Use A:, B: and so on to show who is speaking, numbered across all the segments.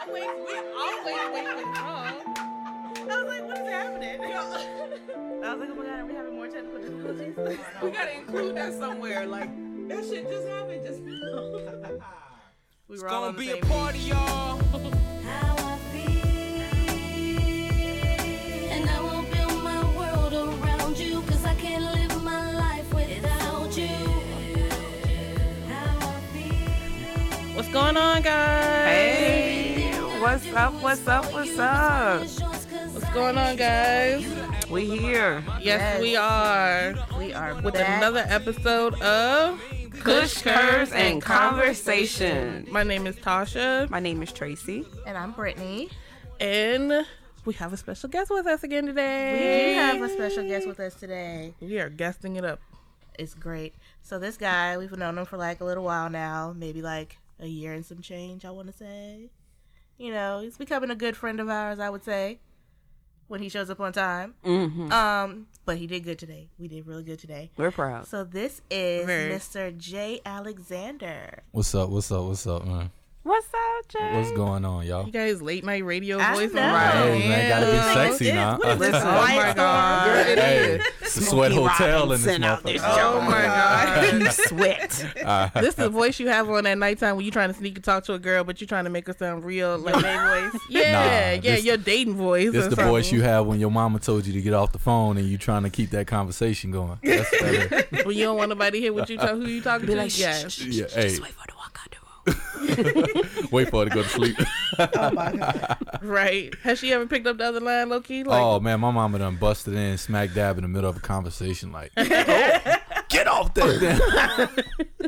A: always we always think was wrong.
B: I was like, what is happening?
A: Yo,
B: I was like, oh my god, are we having more technical difficulties?
A: we gotta include that somewhere. Like that shit just happened. Just
B: we
C: It's
B: were all on
C: gonna
B: the
C: be a
B: same
C: party, y'all.
D: How I feel, and I won't build my world around you, 'cause I can't live my life without you. How I feel.
B: What's going on, guys?
E: Hey, what's up? What's up? What's up?
B: What's going on, guys?
E: We here.
B: Yes, we are
E: We are
B: with
E: back.
B: another episode of
E: Kush Curves and Conversation.
B: My name is Tasha,
E: My name is Tracy.
F: And I'm Brittany.
B: and we have a special guest with us again
F: We
B: today.
F: do have a special guest with us today.
B: We are guesting it up.
F: It's great. So this guy, we've known him for like a little while now, maybe like a year and some change, I want to say. You know, he's becoming a good friend of ours, I would say, when he shows up on time.
E: Mm-hmm.
F: Um, but he did good today. We did really good today.
E: We're proud.
F: So this is
B: Very.
F: Mr. J. Alexander.
C: What's up? What's up? What's up, man?
E: What's up, Jay?
C: What's going on, y'all?
B: You guys, late night radio
F: I
B: voice.
F: know.
C: Hey, man, gotta be sexy now.
F: What is this?
E: Listen,
B: Oh my
F: White
B: god,
F: Star?
B: it
C: Hey,
B: is.
C: it's a sweat hotel in this
E: Robinson out
C: motherfucker.
E: this joint.
B: Oh my god.
E: Sweat.
C: All right.
B: This is the voice you have on at nighttime when you're trying to sneak and talk to a girl, but you're trying to make her sound real, like
F: Hey, voice.
B: yeah,
C: Nah,
B: yeah,
C: this-
B: your dating voice.
C: It's
B: or
C: the
B: something.
C: voice you have when your mama told you to get off the phone and you trying to keep that conversation going. That's better.
B: when you don't want nobody to hear what you talk, who you talking to.
E: like, shh,
B: yes.
C: yeah,
E: Wait
C: hey,
E: for the walk out the room.
C: wait for her to go to sleep.
B: Right. Has she ever picked up the other line, low key? Like,
C: oh man, my mama done busted in smack dab in the middle of a conversation like, get off that. damn-"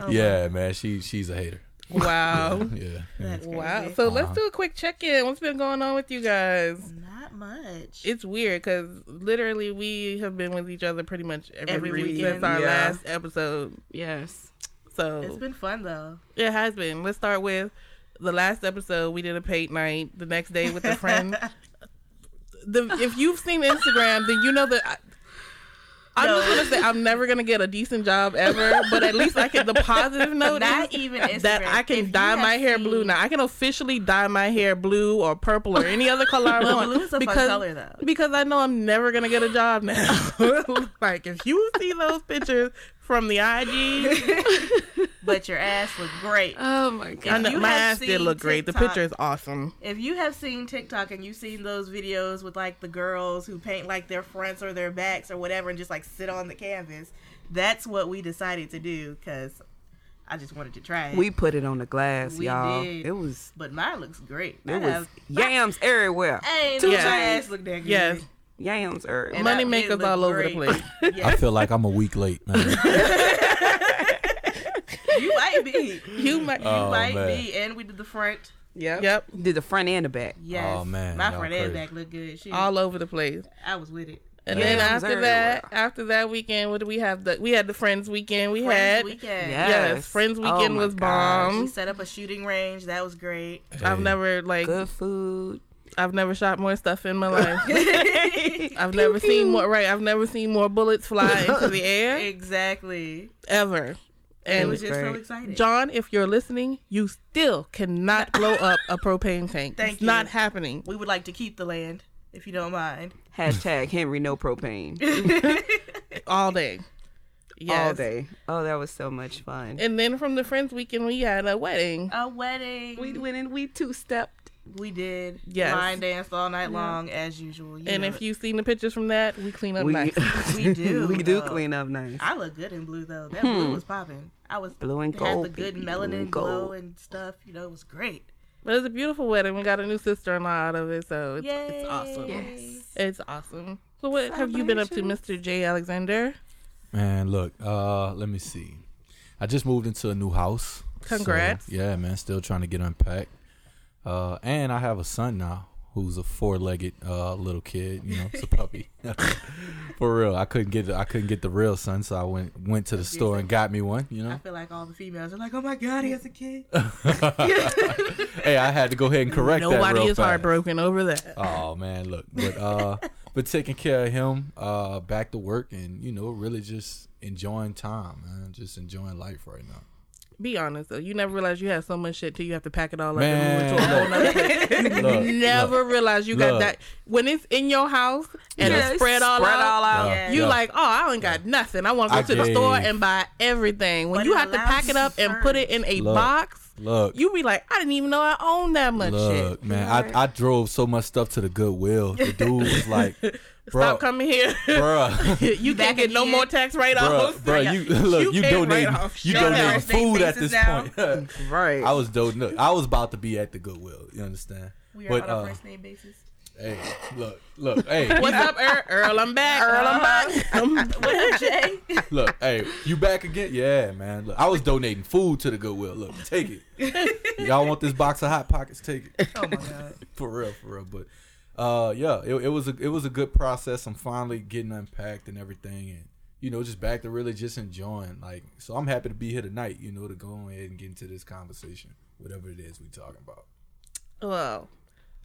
F: Oh
C: yeah, man, she she's a hater.
B: wow.
C: Yeah, yeah.
F: That's
B: Wow.
F: crazy.
B: So
C: Uh-huh.
B: let's do a quick check in. What's been going on with you guys?
F: Not much.
B: It's weird because literally we have been with each other pretty much every,
F: Every
B: week since
F: weekend.
B: our
E: Yeah.
B: last episode.
E: Yes.
B: So
F: it's been fun though.
B: It has been. Let's start with the last episode. We did a paint night. The next day with a friend. the if you've seen Instagram, then you know that. I, I'm just gonna say I'm never gonna get a decent job ever, but at least I can. The positive note
F: Not
B: is
F: even Instagram.
B: that I can
F: If you
B: dye
F: have
B: my hair blue
F: seen-
B: now. I can officially dye my hair blue or purple or any other color I
F: Well,
B: want.
F: blue is a fun color, though.
B: Because I know I'm never gonna get a job now. like if you see those pictures from the IG,
F: But your ass looked great.
E: Oh my
B: I
E: god.
B: know
F: you
B: my
F: have
B: ass did
F: seen
B: look great. The
F: TikTok-
B: picture is awesome.
F: If you have seen TikTok and you've seen those videos with like the girls who paint like their fronts or their backs or whatever and just like sit on the canvas, that's what we decided to do because I just wanted to try it.
E: We put it on the glass,
F: We
E: y'all.
F: did.
E: It was
F: but mine looks great.
E: it
F: Mine
E: was
F: have-
E: yams everywhere.
F: Hey,
B: Two
F: my
B: chains.
F: ass look that good.
B: Yes.
E: Yams everywhere.
F: And
B: Money
F: I- it
B: makers
F: looked
B: all over the
F: great.
B: place.
C: I
F: Yes,
C: feel like I'm a week late. Man.
F: you might be.
B: You might.
C: Oh,
F: might
C: man.
F: be. And we did the front.
E: Yep.
B: Yep.
E: Did the front and the back.
F: Yes.
C: Oh, man,
F: My
C: y'all
F: front and
C: crazy.
F: back look good. Shoot,
B: All over the place.
F: I was with it.
B: And
C: Yeah.
B: then
E: Yams
B: after that, after that weekend, what do we have? The we had the friends weekend. We
F: Friends
B: had
F: weekend.
E: Yeah.
B: yes,
E: Yes.
B: friends
E: Oh
B: weekend
E: my
B: was
E: gosh.
B: bomb.
F: We set up a shooting range. That was great.
B: I've
C: Hey.
B: never like
E: Good food.
B: I've never shot more stuff in my life. I've never seen more right. I've never seen more bullets fly into the air
F: Exactly.
B: ever.
F: It
B: And
F: was just so
E: great.
F: exciting.
B: John, if you're listening, you still cannot blow up a propane tank.
F: Thank
B: it's
F: you.
B: not happening.
F: we would like to keep the land, if you don't mind.
E: Hashtag Henry no propane.
B: All day. Yes.
E: All day. Oh, that was so much fun.
B: And then from the friends weekend, we had a wedding.
F: A wedding.
E: we
F: We,
E: went and we two stepped.
F: did.
B: Yes.
F: Line danced all night long, as usual. You
B: and
F: know
B: if
F: it.
B: you've seen the pictures from that, we clean up
E: We,
B: nice.
F: We do,
E: we do
F: though.
E: clean up nice.
F: I look good in blue, though. That blue was popping. I was
E: Blue and
F: had
E: gold,
F: the good
E: baby. Blue
F: melanin
E: and
F: glow
E: gold.
F: and stuff. You know, it was great.
B: But it's a beautiful wedding. We got a new sister in law out of it, so it's, it's awesome.
E: Yes.
B: It's awesome. So what have you been up to, Mr. J. Alexander?
C: Man, look, uh, let me see. I just moved into a new house. so,
B: Congrats.
C: yeah, man, still trying to get unpacked. Uh, and I have a son now who's a four-legged uh, little kid. You know, it's a puppy. For real, I couldn't get I couldn't get the real son, so I went went to the store and got me one. You
F: I
C: know,
F: feel like all the females are like, oh my God, he has a kid.
C: hey, I had to go ahead and correct that.
B: Nobody
C: real
B: is
C: fast.
B: heartbroken over that.
C: Oh man, look, but uh, but taking care of him, uh, back to work, and you know, really just enjoying time, man, just enjoying life right now.
B: Be honest though, you never realize you have so much shit till you have to pack it all up and move it to a whole
C: Man,
B: nother
C: look, look,
B: You never realize you got
C: Look.
B: that when it's in your house and
E: Yeah,
B: it's
E: it's
B: spread all
E: spread
B: out.
E: all out.
C: Yeah.
B: You like, oh, I ain't got nothing. I want to go
C: I
B: to the store
C: gave-
B: and buy everything. When
F: But
B: you
F: it
B: have to
F: allows
B: pack
F: you
B: it
F: to
B: up and put it in a
C: Look.
B: box,
C: look,
B: you be like, I didn't even know I owned that much
C: look,
B: shit.
C: man. I, I drove so much stuff to the Goodwill. The dude was like, bro,
B: Stop coming here.
C: bruh,
B: you can't
F: Back
B: get no
F: again.
B: more tax write
C: bruh,
B: offs.
C: bruh, you look, you
B: can't
C: donating,
B: write off
C: you
B: shit.
C: donating
F: Birthday
C: food at
F: faces
C: this
F: now.
C: point.
B: Right.
C: I was donating. look, I was about to be at the Goodwill. You understand?
F: We are
C: But
F: on a
C: uh,
F: first name basis.
C: hey, look, look, hey,
B: What's up, Earl? Earl, I'm back. Earl, I'm back.
F: What up, Jay?
C: Look, hey, you back again? Yeah, man. Look, I was donating food to the Goodwill. Look, take it. Y'all want this box of hot pockets? Take it.
F: oh my god.
C: For real, for real. But uh, yeah, it, it was a it was a good process. I'm finally getting unpacked and everything, and you know, just back to really just enjoying. Like, so I'm happy to be here tonight. You know, to go ahead and get into this conversation, whatever it is we talking about.
B: well,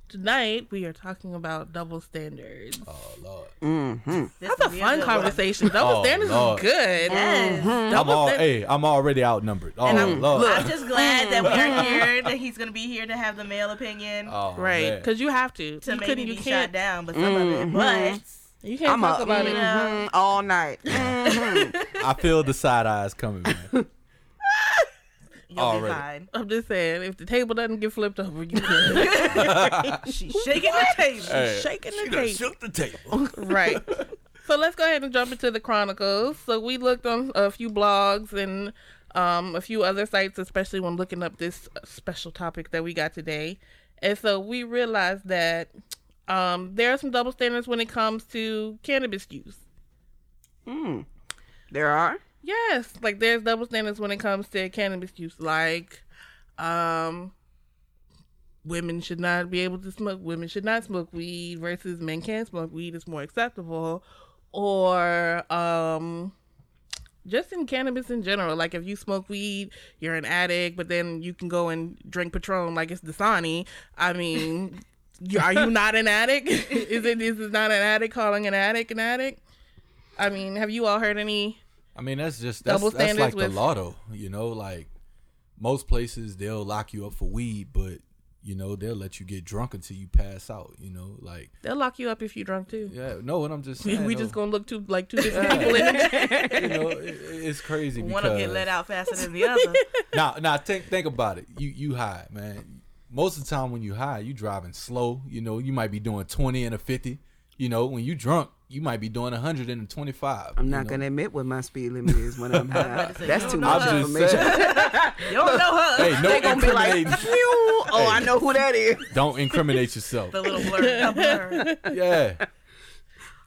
B: tonight we are talking about double standards.
C: Oh Lord,
F: Mm-hmm. That's
B: It's a fun conversation. Double
C: Oh,
B: standards
C: Lord.
B: is good.
C: I'm all
B: stand-
C: hey, I'm already outnumbered. Oh Lord,
F: I'm just glad that we're here. That he's gonna be here to have the male opinion
C: oh,
B: Right,
C: man.
B: because you have to.
F: to
B: you
F: maybe
B: couldn't.
F: be
B: You
F: shot
B: can't.
F: down, but some of it.
B: You can't
E: I'm
B: talk
E: up
B: about it. Mm-hmm.
E: mhm, all night. Mm-hmm.
C: I feel the side eyes coming, man.
F: But you'll
C: Already.
F: be
B: I'm just saying, if the table doesn't get flipped over, you can.
F: fine. She's shaking the table.
C: Hey.
B: shaking the
C: You done
B: table.
C: shook the table.
B: right. So let's go ahead and jump into the chronicles. So we looked on a few blogs and um, a few other sites, especially when looking up this uh, special topic that we got today. And so we realized that um, there are some double standards when it comes to cannabis use.
E: Mm. There are.
B: Yes, like there's double standards when it comes to cannabis use. Like, um, women should not be able to smoke. Women should not smoke weed versus men can smoke weed. It's more acceptable, or um, just in cannabis in general. Like if you smoke weed, you're an addict, but then you can go and drink Patron like it's Dasani. I mean. you- Are you not an addict? is it is it not an addict calling an addict an addict? I mean, have you all heard any
C: I mean, that's just that's,
B: Double
C: that's
B: standards
C: like the
B: with-
C: lotto, you know. Like most places, they'll lock you up for weed, but you know they'll let you get drunk until you pass out. You know, like
B: They'll lock you up if you're drunk too.
C: yeah, no. What I'm just
B: We-
C: saying,
B: we
C: though,
B: just gonna look two like two different people in
C: you know, it, it- it's crazy
F: One will
C: because
F: get let out faster than the other.
C: now, now think think about it. You you high, man. Most of the time when you high, you driving slow. You know, you might be doing twenty and a fifty. You know, when you drunk, you might be doing hundred and twenty five.
E: I'm not gonna admit what my speed limit is when I'm high. That's too
C: I'm
E: much
C: just
E: information.
C: saying.
F: You don't know her.
C: hey, no incriminating.
E: oh, I know who that is.
C: Don't incriminate yourself.
F: The little blur. a blur.
C: Yeah.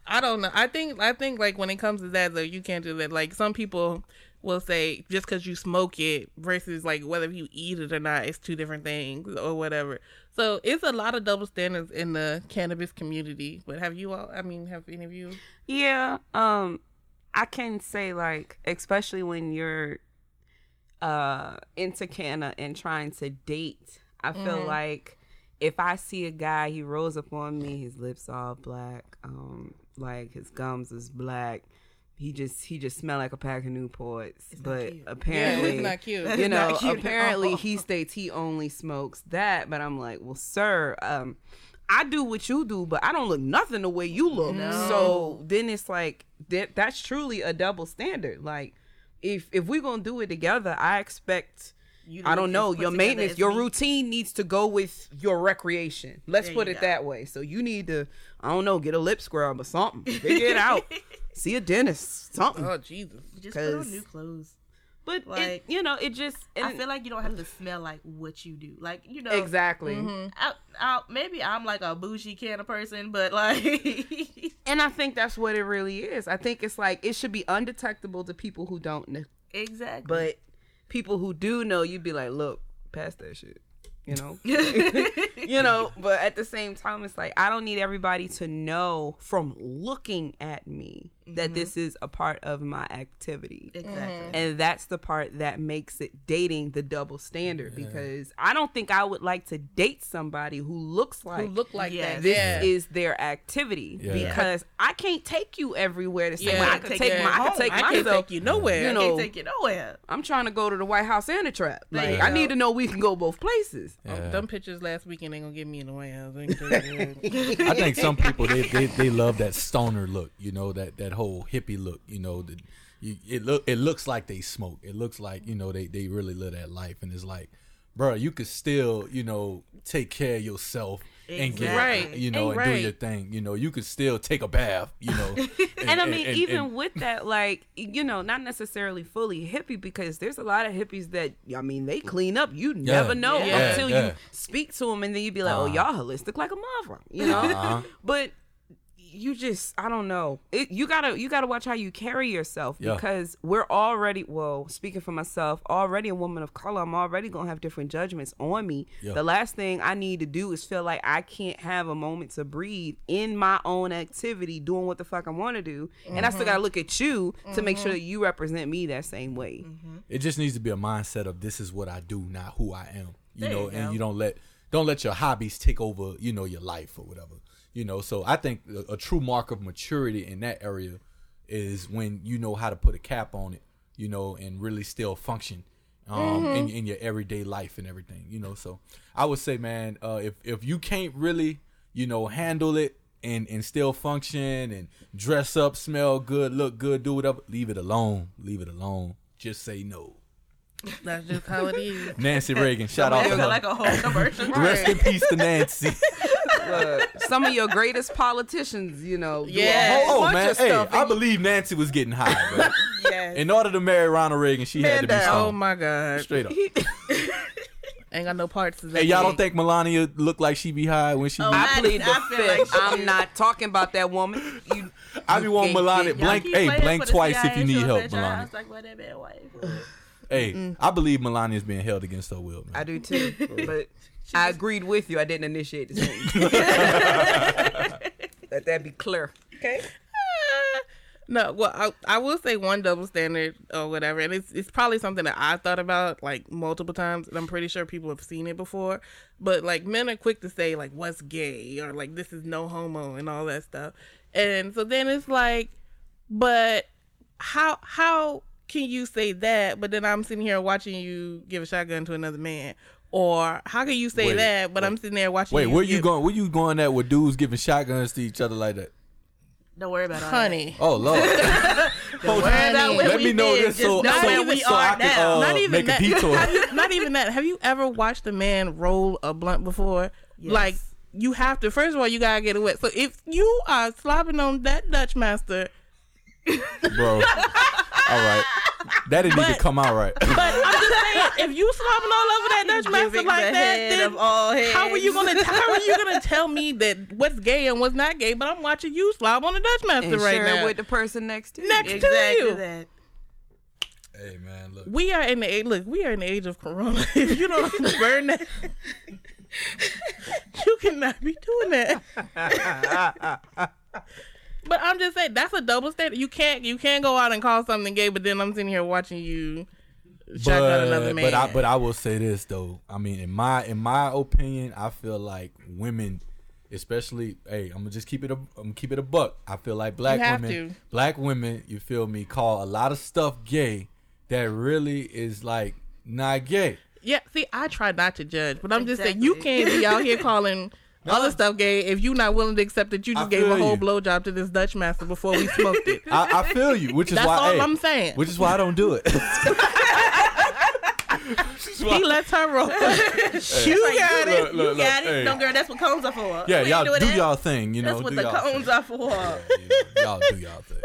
B: I don't know. I think I think like when it comes to that though, you can't do that. Like some people will say just because you smoke it versus like whether you eat it or not, it's two different things or whatever. So it's a lot of double standards in the cannabis community. But have you all? I mean, have any of you?
E: Yeah, um, I can say like, especially when you're uh into canna and trying to date, I feel
B: Mm-hmm.
E: like if I see a guy, he rolls up on me, his lips all black, um, like his gums is black. He just he just smell like a pack of Newports, but
B: Yeah,
E: apparently
B: it's not cute.
E: you
F: not
E: know,
F: cute at
E: apparently
F: all.
E: he states he only smokes that, but I'm like, well, sir, um, I do what you do, but I don't look nothing the way you look. So then it's like that, that's truly a double standard. Like, if if we're gonna do it together, I expect.
F: You
E: I don't
F: just
E: know
F: put
E: your
F: together
E: maintenance,
F: as
E: your
F: me.
E: routine needs to go with your recreation. Let's
F: There
E: put
F: you
E: it
F: go.
E: that way. So you need to, I don't know, get a lip scrub or something. Figure it out. See a dentist, something.
B: Oh Jesus!
F: Just put on
E: 'Cause-
F: new clothes.
E: but it,
F: Uh, like-
E: you know, it just
F: I
E: and-
F: feel like you don't have to smell like what you do. Like you know,
E: exactly.
F: I, I, maybe I'm like a bougie kind of person, but like,
E: And I think that's what it really is. I think it's like it should be undetectable to people who don't know.
F: exactly.
E: But people who do know, you'd be like, look, pass that shit. You know? you know, but at the same time, it's like I don't need everybody to know from looking at me that this is a part of my activity.
B: mm-hmm.
F: Exactly.
E: And that's the part that makes it dating the double standard because I don't think I would like to date somebody who looks like
B: Who look like
F: Yes.
B: that?
E: this
B: Yeah.
E: is their activity
C: Yeah.
E: because I can't take you everywhere the same way I
F: Can't
E: could
F: take
E: take, my
F: you
E: I
F: home.
E: could take
B: I can't
E: myself.
B: take you nowhere.
E: You
F: Can't
E: know,
F: take you nowhere.
E: I'm trying to go to the White House and the trap.
F: There
E: Like
F: you
E: I
F: go.
E: need to know we can go both places.
B: Oh,
C: Yeah.
B: Them pictures last weekend ain't gonna get me in the White House. Ain't they?
C: I think some people they, they, they love that stoner look, you know, that, that whole hippie look, you know, that you, it look it looks like they smoke. It looks like, you know, they, they really live that life and it's like, bruh, you could still, you know, take care of yourself and get
B: Right.
C: you know, and do
B: Right.
C: your thing. You know, you could still take a bath, you know.
E: And, I mean,
C: and-
E: even
C: and-
E: with that, like you know, not necessarily fully hippie because there's a lot of hippies that I mean they clean up. You never know
C: Yeah,
E: until
C: yeah. Uh-huh.
E: you speak to them, and then you be like, oh y'all holistic like a mother, you know. But you just I don't know. It, you gotta you gotta watch how you carry yourself
C: Yeah.
E: because we're already well speaking for myself already a woman of color. I'm already gonna have different judgments on me.
C: Yeah.
E: The last thing I need to do is feel like I can't have a moment to breathe in my own activity, doing what the fuck I want to do, and I
F: Mm-hmm.
E: still gotta look at you to make sure that you represent me that same way.
F: Mm-hmm.
C: It just needs to be a mindset of this is what I do, not who I am. You
F: There
C: know,
F: you go.
C: and you don't let don't let your hobbies take over, you know, your life or whatever. You know, so I think a, a true mark of maturity in that area is when you know how to put a cap on it, you know, and really still function um in,
F: Mm-hmm.
C: in your everyday life and everything, you know. So I would say, man, uh if if you can't really, you know, handle it and and still function and dress up, smell good, look good, do whatever, leave it alone. Leave it alone. Just say no.
B: That's just how it is.
C: Nancy Reagan. Shout out to
F: It's
C: her.
F: like a whole commercial.
C: Rest in peace to Nancy.
E: Look, some of your greatest politicians, you know, do a
B: Yeah.
E: whole
C: oh
E: bunch
C: man,
E: of
C: hey,
E: stuff.
C: I believe Nancy was getting high. Bro.
F: Yes.
C: In order to marry Ronald Reagan, she had to be
F: Man down.
B: Oh
C: stoned.
B: my god,
C: Straight up.
B: ain't got no parts to that.
C: Hey, y'all
B: thing.
C: don't think Melania looked like she be high when she?
F: Oh,
C: be-
E: I
F: I-
E: plead the
F: I feel like
E: fifth.
F: she
E: I'm
F: is.
E: not talking about that woman. You,
C: I be wanting
E: Okay,
C: Melania
E: y'all
C: blank.
F: keep
C: Hey,
F: playing
C: blank
F: for the
C: twice if
F: CIA
C: you need
F: shows
C: help,
F: that y'all- I
C: Melania.
F: was like, why that man wife?
C: Hey, I believe Melania's being held against her will,
E: I
C: man.
E: do too, but I agreed with you. I didn't initiate the sentence. Let that be clear.
B: No, well, I, I will say one double standard or whatever, and it's it's probably something that I thought about like multiple times, and I'm pretty sure people have seen it before. But like men are quick to say like what's gay or like this is no homo and all that stuff, and so then it's like, but how how can you say that? But then I'm sitting here watching you give a shotgun to another man, or how can you say
C: Wait,
B: that? But I'm sitting there watching.
C: Wait,
B: you
C: where you
B: give-
C: going? Where you going at with dudes giving shotguns to each other like that?
F: Don't worry about it.
B: honey?
C: Oh lord. Hold
F: about
C: on.
F: what
C: Let
F: we
C: me know
F: did,
C: this
F: just
C: so,
F: know
C: so,
B: where we
C: so I
F: are
C: can
F: now.
C: uh,
B: not even
C: make
B: that.
C: a detour.
B: Have you- not even that. Have you ever watched a man roll a blunt before? Like you have to. First of all, you gotta get it wet. So if you are slobbing on that Dutch master,
C: bro. All right, that didn't even
B: But-
C: come out right.
B: but I'm just saying, if you slobbing all over that Dutch master
F: Giving
B: like
F: the
B: that,
F: head
B: then
F: of all
B: how are you
F: heads.
B: gonna how are you gonna tell me that what's gay and what's not gay? But I'm watching you slob on the Dutch master
E: And
B: right
E: share
B: now.
E: it with the person next to you.
B: Next to
F: Exactly
B: you.
F: that.
C: hey man, look.
B: We are in the age. Look, we are in the age of Corona. if you don't burn that, you cannot be doing that. but I'm just saying that's a double standard. You can't you can't go out and call something gay, but then I'm sitting here watching you shotgun another
C: But,
B: man.
C: but I but I will say this though. I mean, in my in my opinion, I feel like women, especially hey, I'm gonna just keep it a I'm gonna keep it a buck. I feel like black
B: have
C: women,
B: to.
C: black women, you feel me, call a lot of stuff gay that really is like not gay.
B: yeah, see, I try not to judge, but I'm just saying you
F: Exactly.
B: can't be out here calling. Other stuff gay. If you're not willing to accept that you just
C: I
B: gave a
C: feel
B: whole
C: you.
B: blowjob to this Dutch master before we smoked it,
C: I, I feel you, which is
B: That's
C: why
B: all
C: hey,
B: I'm saying.
C: Which is why I don't do it. Which is why-
B: he lets her roll.
F: You got
C: look,
F: it.
C: look,
F: You
C: look,
F: got
C: hey.
F: it. No, girl, that's what cones are for.
C: yeah,
F: We
C: y'all
F: ain't
C: do,
F: doing that.
C: y'all thing. You know,
F: That's what
C: do
F: the
C: y'all
F: cones
C: thing.
F: are for.
C: Yeah, y'all do y'all thing.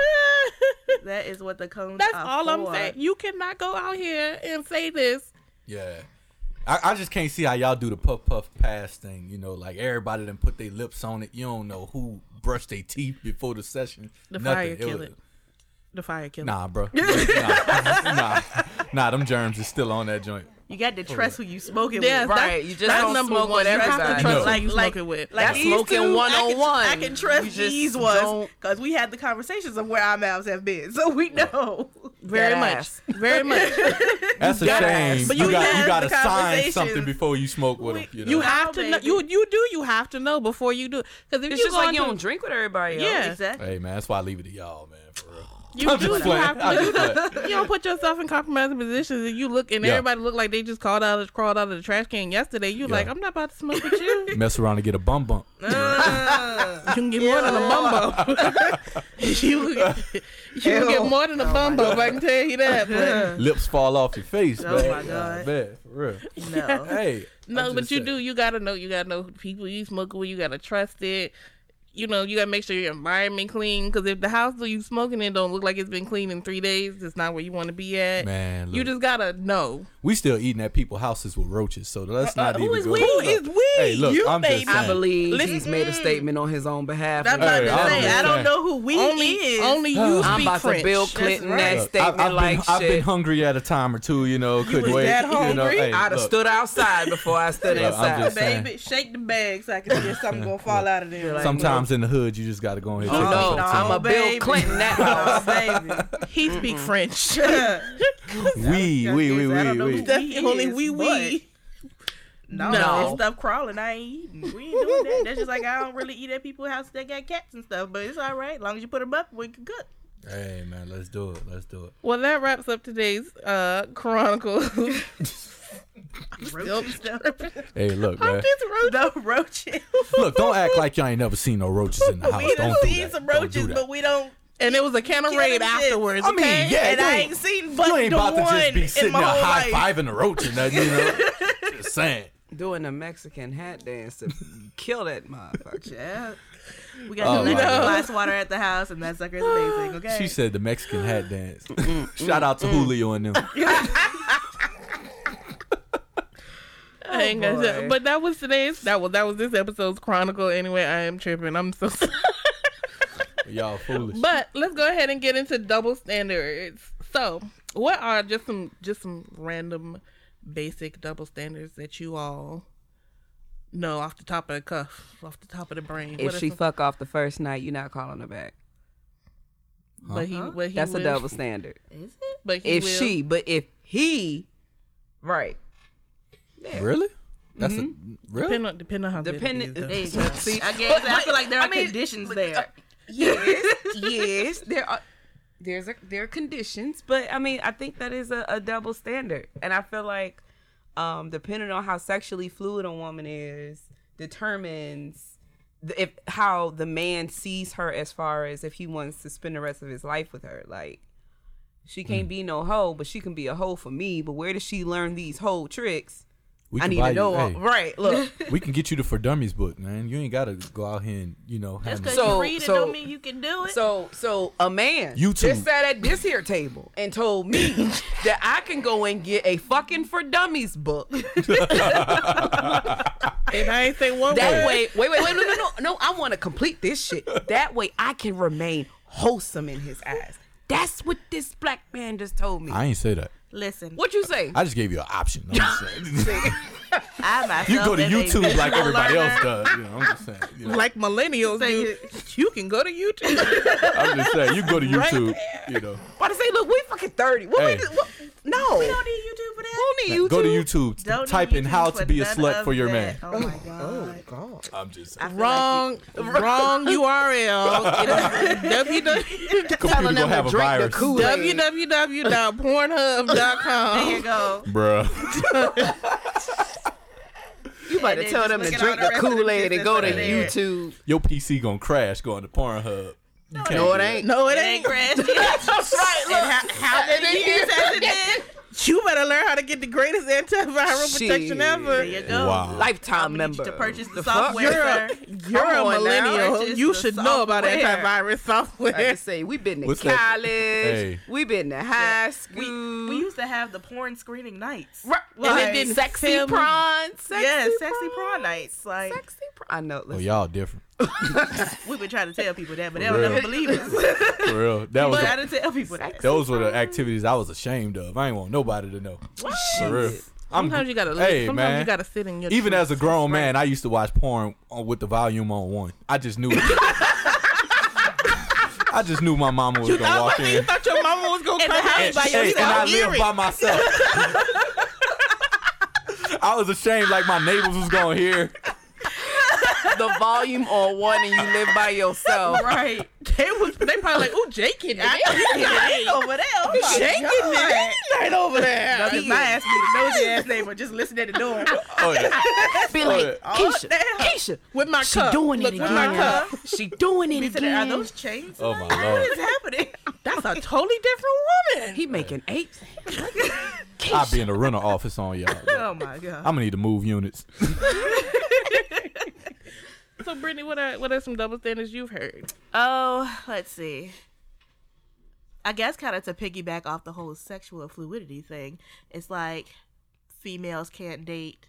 F: That is what the cones
B: That's
F: are
B: all I'm
F: for.
B: saying. You cannot go out here and say this.
C: Yeah. I, I just can't see how y'all do the puff puff pass thing. You know, like everybody done put their lips on it. You don't know who brushed their teeth before the session.
B: The
C: Nothing.
B: fire kill
C: was-
B: it. The fire kill it.
C: Nah, bro. nah, nah, nah, them germs is still on that joint.
F: You got to trust who you smoking
B: Yes,
F: with.
E: Right,
B: That's,
E: you just
B: that's
E: don't
B: number
E: smoke
B: one.
E: with
B: You have
E: everybody.
B: to trust
C: No.
B: like,
F: Like-
B: you
F: like-
B: smoking with.
F: like
B: That's
F: these
B: smoking
F: two,
B: one on one.
F: I can, I can trust
E: You oh just
F: these ones
E: don't-
F: because we had the conversations of where our mouths have been, so we know.
B: very
E: Dead
B: much,
E: ass.
B: very much.
C: That's a
B: gotta-
C: shame.
B: but
C: you,
B: you
C: got
B: have
C: you got to
F: the
C: sign
F: conversations.
C: something before you smoke with them. You know?
B: You
F: No,
B: have to know. You you do. You have to know before you do. Because if
E: It's
B: you
E: just
B: go
E: like you
B: into-
E: don't drink with everybody. else.
B: Yeah.
F: Exactly.
C: hey man, that's why I leave it to y'all, man. For real.
B: You
C: I'm
B: do.
C: just
B: You
C: playing.
B: have
C: I'm
B: to. You
C: just
B: don't,
C: playing.
B: you don't put yourself in compromising positions, and you look, and
C: Yeah.
B: everybody look like they just called out, of- crawled out of the trash can yesterday. You
C: Yeah.
B: like, I'm not about to smoke with you. you
C: Mess around and get a bum bump.
B: can get more than a bumbo. you you can get more than a bumbo. I can tell you that. But
C: Lips fall off your face.
F: Oh,
C: man.
F: my God.
C: man, for real.
F: No.
C: Hey,
B: no,
C: I'm
B: but
C: just
B: you
C: saying.
B: do. You gotta know. You gotta know who the people you smoking with. You gotta trust it. You know, you gotta make sure your environment clean. Because if the house that you smoking in don't look like it's been clean in three days, it's not where you want to be at.
C: Man,
B: you
C: look.
B: just gotta know.
C: We still eating at people's houses with roaches, so let's
F: Uh,
C: not
B: who
C: even
B: is
C: go.
B: we? Who is we?
C: Hey, look,
B: You
C: I'm just
B: baby.
C: saying.
E: I believe
B: Listen-
E: he's made a statement on his own behalf.
F: I'm about
C: Hey,
F: to
C: I'm
F: say,
C: just
F: I
C: saying.
F: don't know who we
B: only,
F: is.
B: only you
C: I'm
E: I'm
B: speak
E: about
B: French.
E: to Bill Clinton
F: right.
E: that
C: Look, I- I've,
E: statement
C: been,
E: like
C: I've
E: shit.
C: been hungry at a time or two, you know. Couldn't
F: was
C: wait.
F: that
C: You know,
F: hungry?
C: hey,
E: I'd have
C: look,
E: stood outside before I stood
C: Look, I'm
E: inside.
C: just- saying.
F: Baby, shake the bag so I can get something gonna fall out of there. Like,
C: Sometimes in the hood, you just got to go ahead.
E: Oh,
C: and take
E: no,
C: yourself
E: I'm a Bill Clinton that
F: Oh,
E: house.
F: baby.
B: He speak French.
C: to- we, we, we,
F: I don't
C: we,
F: know
C: we.
F: who we is,
B: Only we we.
F: but No,
B: No.
F: that stuff crawling. I ain't eating. We ain't doing that. That's just like I don't really eat at people's houses that got cats and stuff. But it's all right, long as you put them up, we can cook.
C: Hey man, let's do it. Let's do it.
B: Well, that wraps up today's uh chronicle.
F: Nope. the
C: Hey, look, man.
F: roaches.
C: Look, don't act like y'all ain't never seen no roaches in the house.
F: we
C: don't
F: done
C: do
F: seen
C: that.
F: some
C: Don't
F: roaches,
C: do that.
F: but we don't.
B: and it was a can of
F: Get
B: raid
F: him shit.
B: afterwards.
C: I mean,
B: okay?
C: yeah,
F: And
C: you
F: I
C: ain't-
F: ain't seen but
C: you ain't
F: the
C: about to
F: one
C: just be
F: in
C: sitting
F: my
C: there
F: whole
C: high
F: life.
C: fiving a roach and nothing. You know, just saying.
E: Doing the Mexican hat dance to kill that motherfucker.
F: Yeah. We got
C: Oh,
F: the
C: my God.
F: glass water at the house, and that sucker is amazing. Okay.
C: She said the Mexican hat dance. Shout out to Julio and them.
B: I ain't gonna say-
E: boy.
B: but that was today's. That was that was this episode's chronicle. Anyway, I am tripping. I'm so. sorry.
C: Y'all foolish.
B: But let's go ahead and get into double standards. So, what are just some just some random basic double standards that you all know off the top of the cuff, off the top of the brain? What
E: If
B: are
E: she
B: some-
E: fuck off the first night, you're not calling her back.
B: but he, but he
E: That's a
B: will-
E: double standard.
F: Is it?
B: But he
E: If
B: will.
E: she, but if he, right?
C: Really? That's a really.
B: depend on depend on how
E: Dependent.
B: good it is,
F: There you go.
E: See,
F: I guess I uh, feel like there are
E: I mean,
F: conditions there.
E: yes, yes, there are there's a, there are conditions, but I mean, I think that is a, a double standard, and I feel like um, depending on how sexually fluid a woman is determines the, if how the man sees her as far as if he wants to spend the rest of his life with her, like. She
C: Hmm.
E: can't be no hoe, but she can be a hoe for me. But where does she learn these hoe tricks?
C: We
E: I
C: can
E: need
C: buy
E: to know. uh,
C: You, hey,
E: Right, look.
C: we can get you the for dummies book, man. You ain't gotta go out here and you know.
F: Just
C: Have
F: because
C: no-
E: So-
F: you read it
E: so-
F: don't mean you can do it.
E: So, so a man
C: You too.
E: just sat at this here table and told me that I can go and get a fucking for dummies book.
B: And I ain't say one word.
E: That way, wait, wait, wait, no, no, no, no. I want to complete this shit. That way, I can remain wholesome in his eyes. That's what this black man just told me.
C: I ain't say that.
F: Listen,
E: What you say?
C: I just gave you an option. I'm just saying.
F: I myself
C: you go to
F: am a
C: YouTube
F: visual
C: like everybody
F: learner.
C: else does. You know, I'm just saying. You know,
B: Like millennials,
F: Say
B: do. you can go to YouTube.
C: I'm just saying. You go to
B: Right
C: YouTube. You know,
E: Why to say? Look, we fucking thirty. What
C: Hey.
E: we? do- What? No.
F: You don't need YouTube for that.
E: Who need you
C: go to
E: two?
C: YouTube.
F: Don't need
C: type in
F: YouTube
C: how to be a
F: none
C: slut
F: of
C: for your
F: that.
C: man.
F: Oh my god.
C: I'm just
F: I
C: saying.
F: feel
B: wrong, wrong URL. www.
C: Computer gonna have a
E: drink the
C: virus,
E: Kool-Aid.
F: Like you, there you
B: www.pornhub.com.
F: go.
C: bruh.
E: You about to
F: then
E: tell
F: just
E: them to
F: look at
E: drink the
F: all the rest of the
E: Kool Aid and
F: pictures
E: go to
F: that's on there.
E: YouTube.
C: Your PC gonna crash going to Pornhub. You can't
E: No, it
C: do
E: ain't.
B: No, it
F: It ain't
B: ain't.
F: crashed yet.
E: That's right. Look,
F: How, how many years has it been?
B: You better learn how to get the greatest antiviral protection
E: Shit.
B: ever.
F: There you
C: that.
F: go.
C: Wow.
E: lifetime
F: I'm gonna need
E: member
F: you to purchase the,
E: fuck?
F: software,
B: You're a,
F: sir.
B: you're a
E: Come on now.
B: millennial.
F: It's
B: You
F: just
B: should
F: the
B: know about
F: software.
B: antivirus
E: I
B: software.
E: just say we've been to
C: What's
E: college,
C: that? Hey.
E: we've been to high school,
F: We, we used to have the porn screening nights.
E: Right,
B: Well,
E: like,
B: it didn't
E: sexy
B: film-
E: prawn, sexy
F: yeah,
E: prawn,
F: sexy prawn nights. Like
E: sexy prawn. I know.
C: Oh,
E: listen.
C: y'all different.
F: we've been trying to tell people that, but they don't
C: Really?
F: never believe us.
C: For real. That was.
F: but
C: a-
F: I didn't tell people that.
C: those were the activities I was ashamed of. I ain't want nobody to know. For real. I'm-
B: Sometimes you gotta.
C: Hey,
B: sometimes
C: man.
B: you gotta sit in your.
C: Even as a
B: truth.
C: grown man, I used to watch porn on, with the volume on one. I just knew. It. I just knew my mama was gonna walk in.
B: thought your mama was gonna
F: In the
B: come
F: house
B: and-
F: by
B: hey,
C: Hey, and
F: yourself.
C: I
F: hear
C: live
F: it.
C: by myself. I was ashamed, like my neighbors was gonna hear.
G: the volume on one and you live by yourself.
F: Right.
B: They was. They probably like, ooh, Jake getting it.
F: I ain't over there. Oh, I'm like,
B: Jake getting it. Right over there.
F: Cause my ass need to know the ass name or just listen at the door.
C: Oh, yeah.
G: Be
C: Oh,
G: like,
C: yeah.
G: Keisha,
F: damn.
G: Keisha,
B: With my
G: she
B: cup.
G: doing
B: Look,
G: it
B: With my
G: again.
B: cup.
G: She doing it
F: Be sitting there, Are
G: again.
F: those chains?
C: Oh,
F: tonight?
C: my
F: What
C: Lord.
F: is happening?
B: That's a totally different woman.
G: He making apes.
C: I'll be in the rental office on y'all.
F: Oh my god.
C: I'm gonna need to move units.
B: So, Brittany, what are what are some double standards you've heard?
F: Oh, let's see. I guess kind of to piggyback off the whole sexual fluidity thing, it's like females can't date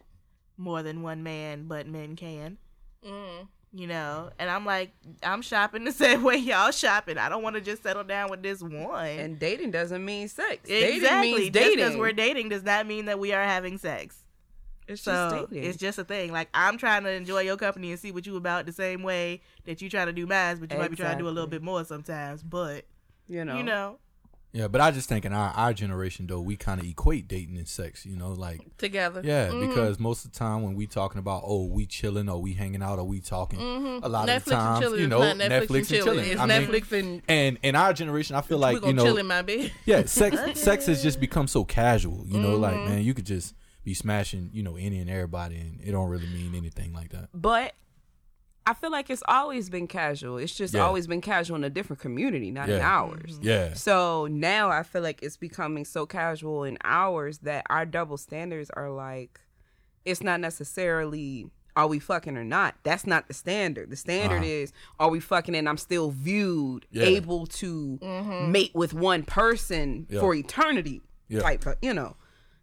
F: more than one man, but men can.
E: Mm.
F: You know, and I'm like, I'm shopping the same way y'all shopping. I don't want to just settle down with this one.
E: And dating doesn't mean sex. Dating
F: exactly,
E: means
F: just because
E: dating.
F: we're dating does not mean that we are having sex.
E: it's
F: So
E: just dating.
F: it's just a thing. Like I'm trying to enjoy your company and see what you about the same way that you try to do mine, but you might be trying to do a little
E: Exactly.
F: bit more sometimes. But
E: you know.
F: you know,
C: Yeah, but I just think in our, our generation though, we kind of equate dating and sex. You know, like
B: Together.
C: yeah, because most of the time when we talking about oh we chilling or we hanging out or we talking, a lot
B: Mm-hmm. Netflix
C: of the times
B: and chilling.
C: you know
B: it's not Netflix, and chilling. It's
C: I mean,
B: Netflix and
C: and in our generation, I feel
B: we
C: like
B: gonna
C: you know
B: chill in my bed.
C: yeah, sex sex has just become so casual. You know, like
B: Mm-hmm.
C: man, you could just be smashing you know any and everybody, and it don't really mean anything like that.
E: but I feel like it's always been casual. It's just
C: Yeah.
E: always been casual in a different community, not in
C: Yeah.
E: ours.
C: Yeah,
E: So now I feel like it's becoming so casual in ours that our double standards are like, it's not necessarily are we fucking or not. That's not the standard. The standard
C: Uh-huh.
E: is are we fucking and I'm still viewed
C: Yeah.
E: able to mate with one person
C: Yeah.
E: for eternity.
C: Yeah.
E: Type, of, you know.